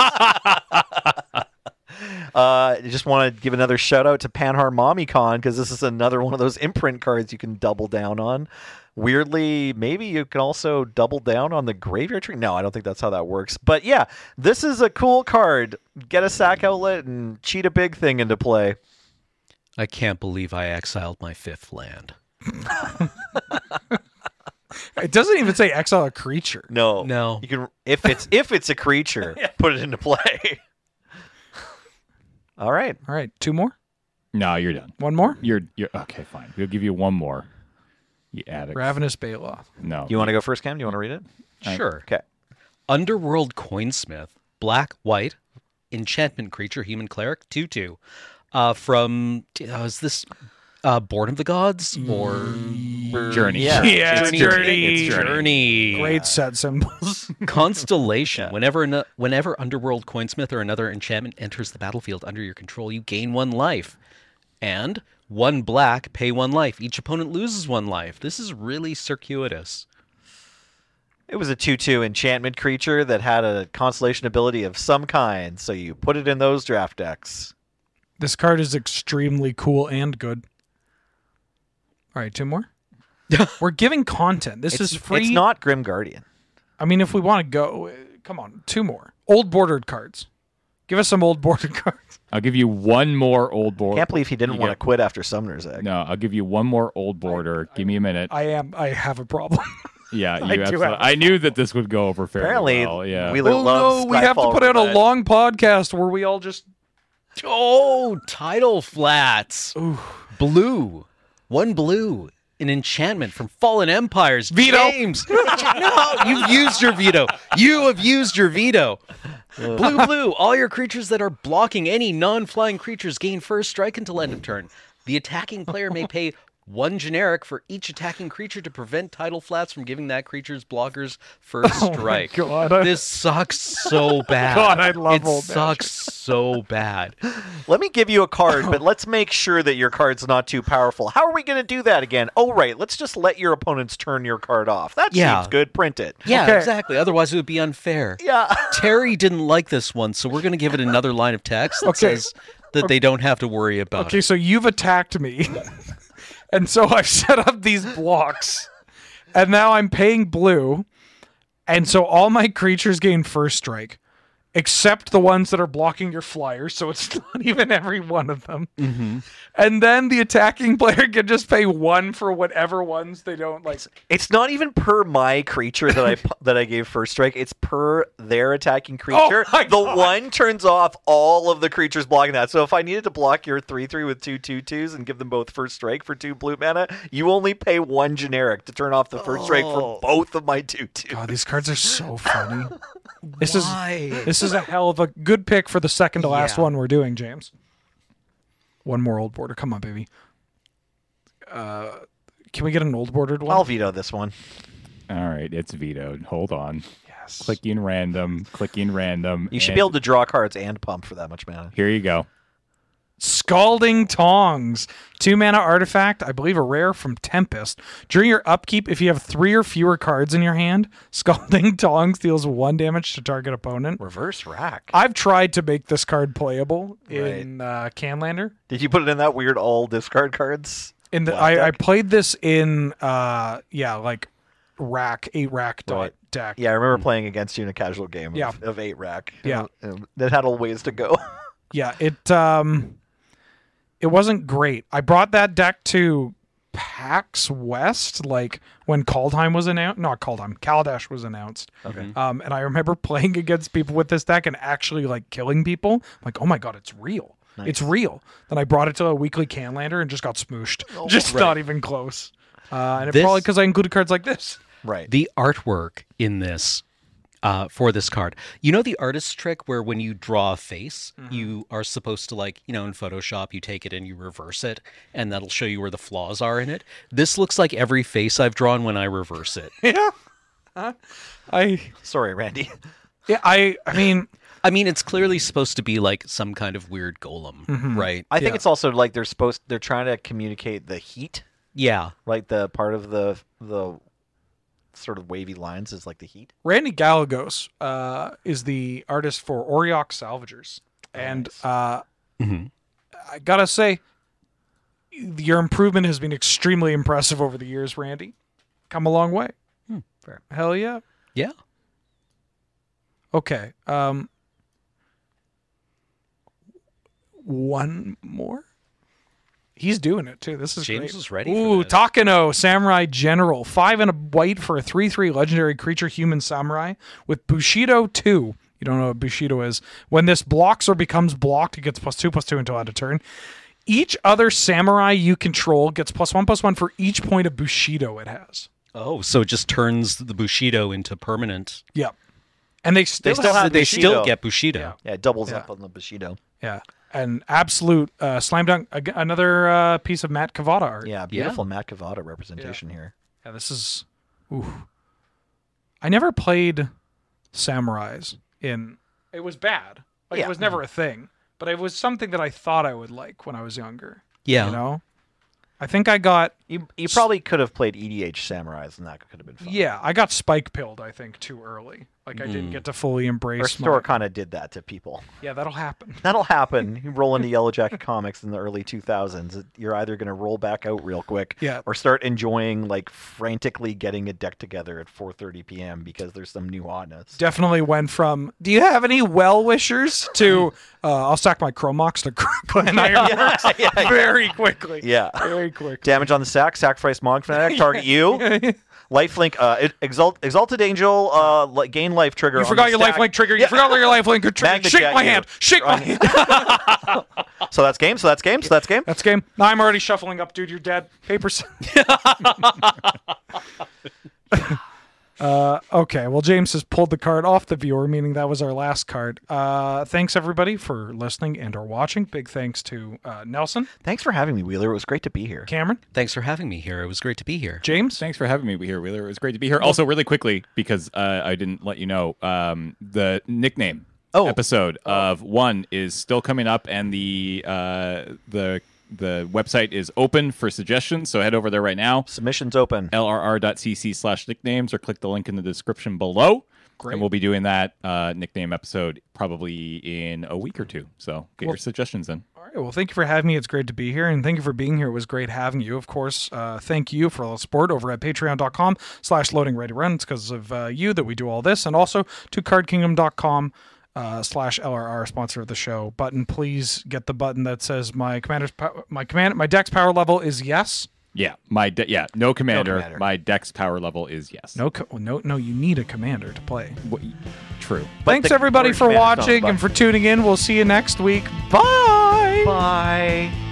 B: Uh, I just want to give another shout out to Panhar MommyCon because this is another one of those imprint cards you can double down on. Weirdly, maybe you can also double down on the graveyard tree. No, I don't think that's how that works. But yeah, this is a cool card. Get a sack outlet and cheat a big thing into play.
C: I can't believe I exiled my fifth land.
A: it doesn't even say exile a creature.
B: No,
C: No.
B: you can if it's if it's a creature, put it into play. All right.
A: All right, two more,
D: No, you're done.
A: one more.
D: You're you're okay. Fine. We'll give you one more. You addict.
A: Ravenous Baloth.
D: no.
B: You want to go first, Cam? Do you want to read it?
C: Sure.
B: Okay.
C: Underworld Coinsmith, black, white, enchantment creature, human cleric, 2 2. Uh, from, uh, is this uh, Born of the Gods or
D: Journey.
B: Yeah.
A: Yeah,
C: Journey?
A: Mm, Journey.
C: It's Journey.
A: Great set symbols.
C: Constellation. Whenever an, whenever Underworld Coinsmith or another enchantment enters the battlefield under your control, you gain one life. And one black, pay one life. Each opponent loses one life. This is really circuitous.
B: It was a 2 2 enchantment creature that had a constellation ability of some kind, so you put it in those draft decks.
A: this card is extremely cool and good. All right, two more. We're giving content. This is free.
B: It's not Grim Guardian.
A: I mean, if we want to go, uh, come on, two more old bordered cards. Give us some old bordered cards.
D: I'll give you one more old board.
B: Can't believe he didn't
D: You
B: want to
D: get-
B: quit after Summoner's Egg.
D: No, I'll give you one more old border. give me a minute.
A: I am. I have a problem.
D: yeah, you
A: do
D: absolutely.
A: have-
D: I knew that this would go over fairly
B: Apparently,
D: well. Yeah.
B: Wheeler loves
A: Oh, we have to
B: Skyfall
A: put out a
B: Roulette.
A: long podcast where we all just.
C: Oh, title flats. Blue. One blue. An enchantment from Fallen Empires.
A: Veto.
C: James. no, you've used your veto. You have used your veto. Blue, blue. All your creatures that are blocking any non-flying creatures gain first strike until end of turn. The attacking player may pay one generic for each attacking creature to prevent title flats from giving that creature's blockers first strike.
A: Oh God, I-
C: This sucks so bad.
A: God, I love
C: it
A: old
C: sucks so bad.
B: Let me give you a card, but let's make sure that your card's not too powerful. How are we going to do that again? Oh, right. Let's just let your opponents turn your card off. That
C: Yeah.
B: seems good. Print it.
C: Yeah,
A: Okay.
C: exactly. Otherwise, it would be unfair.
B: Yeah.
C: Terry didn't like this one, so we're going to give it another line of text that
A: Okay.
C: says that they don't have to worry about
A: Okay,
C: it.
A: so you've attacked me, and so I've set up these blocks, and now I'm paying blue, and so all my creatures gain first strike, except the ones that are blocking your flyer. So it's not even every one of them.
C: Mm-hmm.
A: And then the attacking player can just pay one for whatever ones they don't like.
B: It's not even per my creature that I pu- that I gave first strike. It's per their attacking creature.
A: my
B: the one turns off all of the creatures blocking that. So if I needed to block your three three with two two twos and give them both first strike for two blue mana, you only pay one generic to turn off the first strike for both of my two two.
A: God, these cards are so funny. This is this is a hell of a good pick for the second to last
C: Yeah.
A: one we're doing, James. One more old border. Come on, baby. Uh, can we get an old bordered one?
B: I'll veto this one.
D: All right, it's vetoed. Hold on.
A: yes.
D: Clicking random, clicking random.
B: You should
D: and
B: be able to draw cards and pump for that much mana.
D: Here you go.
A: Scalding Tongs. Two mana artifact, I believe a rare from Tempest. During your upkeep, if you have three or fewer cards in your hand, Scalding Tongs deals one damage to target opponent.
B: Reverse rack.
A: I've tried to make this card playable in uh, Canlander.
B: Did you put it in that weird all discard cards?
A: In the I, I played this in uh yeah, like rack, eight rack dot
B: Right.
A: deck.
B: Yeah, I remember playing against you in a casual game of,
A: Hmm. Yeah.
B: of eight rack.
A: Yeah.
B: Um, that had a ways to go.
A: Yeah, it um it wasn't great. I brought that deck to PAX West, like when Kaldheim was announced not Kaldheim, Kaldash was announced. Okay. Um and I remember playing against people with this deck and actually like killing people. I'm like, oh my god, it's real. It's real. Then I brought it to a weekly Canlander and just got smooshed. just not even close. Uh, and it
C: This-
A: probably because I included cards like this.
B: right.
C: The artwork in this uh, for this card, you know the artist's trick where when you draw a face, you are supposed to like you know in Photoshop you take it and you reverse it, and that'll show you where the flaws are in it. This looks like every face I've drawn when I reverse it.
A: yeah. I
B: Sorry, Randy.
A: yeah I I mean
C: I mean, it's clearly supposed to be like some kind of weird golem, right?
B: I think
A: Yeah.
B: it's also like they're supposed they're trying to communicate the heat,
C: yeah.
B: like the part of the the sort of wavy lines is like the heat.
A: Randy Galagos uh, is the artist for Oriok Salvagers, and uh,
C: Mhm.
A: I gotta say, your improvement has been extremely impressive over the years, Randy. Come a long way.
C: fair.
A: Hell yeah.
C: Hmm. Yeah.
A: Okay. Um, one more. He's doing it too. This is
C: James
A: great.
C: is ready for
A: Ooh,
C: this.
A: Takano Samurai General, five and a white for a three-three legendary creature, human samurai with Bushido two. you don't know what Bushido is. When this blocks or becomes blocked, it gets plus two plus two until end of turn. Each other samurai you control gets plus one plus one for each point of Bushido it has.
C: Oh, so it just turns the Bushido into permanent.
A: Yep. And they still,
B: still
A: have,
B: have-
C: They still
B: Bushido.
C: get Bushido.
B: Yeah, it doubles
A: Yeah.
B: up on the Bushido.
A: yeah, an absolute uh, slam dunk. ag- Another uh, piece of Matt Cavada art.
B: Yeah, beautiful Matt Cavada representation here.
A: Yeah, this is. Ooh. I never played samurais in. It was bad. Like
B: Yeah.
A: it was never a thing, but it was something that I thought I would like when I was younger.
C: Yeah.
A: You know, I think I got.
B: You you probably could have played EDH Samurais, and that could have been fun.
A: Yeah, I got spike pilled. I think too early. Like I didn't get to fully
B: Mm. Or
A: embrace.
B: Store
A: My,
B: kind of did that to people.
A: yeah, that'll happen.
B: That'll happen. You roll into Yellow Jacket comics in the early 2000s. You're either going to roll back out real quick,
A: Yeah.
B: or start enjoying like frantically getting a deck together at 4:30 p.m. because there's some new hotness.
A: Definitely went from "Do you have any well wishers?" to uh, "I'll stack my Chromox to Glen Ironworks very quickly."
B: yeah.
A: very quickly.
B: Damage on the sack, sacrifice Mog Fanatic, target you. Lifelink, uh, ex- exalt, Exalted Angel, uh, li- gain life trigger.
A: You
B: on
A: forgot
B: the
A: your
B: stack.
A: lifelink trigger. You forgot your lifelink trigger.
B: Magnet
A: Shake
B: jet
A: my
B: you.
A: hand. Shake my
B: On-
A: hand.
B: So that's game, so that's game, so that's game.
A: That's game. No, I'm already shuffling up, dude. You're dead. Papers. uh, okay. Well, James has pulled the card off the viewer, meaning that was our last card. Uh, thanks everybody for listening and or watching. Big thanks to uh, Nelson,
B: Thanks for having me, Wheeler. It was great to be here.
A: Cameron,
C: Thanks for having me here. It was great to be here.
A: James.
D: Thanks for having me here, Wheeler. It was great to be here. Also, really quickly, because uh, I didn't let you know, um, the nickname
B: Oh.
D: episode of one is still coming up, and the uh, the the website is open for suggestions. So head over there right now,
B: Submissions open.
D: lrr.cc slash nicknames, or click the link in the description below.
A: Great.
D: And we'll be doing that uh, nickname episode probably in a week or two. So get your suggestions in.
A: All right. Well, thank you for having me. It's great to be here, and thank you for being here. It was great having you. Of course, uh, thank you for all the support over at patreon.com slash loading ready run. It's because of uh, you that we do all this, and also to cardkingdom.com uh, slash LRR, sponsor of the show button. Please get the button that says my commander's pow- my command my deck's power level is yes.
D: Yeah, my de- yeah, no commander.
B: commander.
D: My deck's power level is yes.
A: No, co- no, no. You need a commander to play.
D: W- True.
A: Thanks
B: the
A: everybody
B: word
A: for
B: commander's not a
A: watching and
B: button.
A: for tuning in. We'll see you next week. Bye.
B: Bye.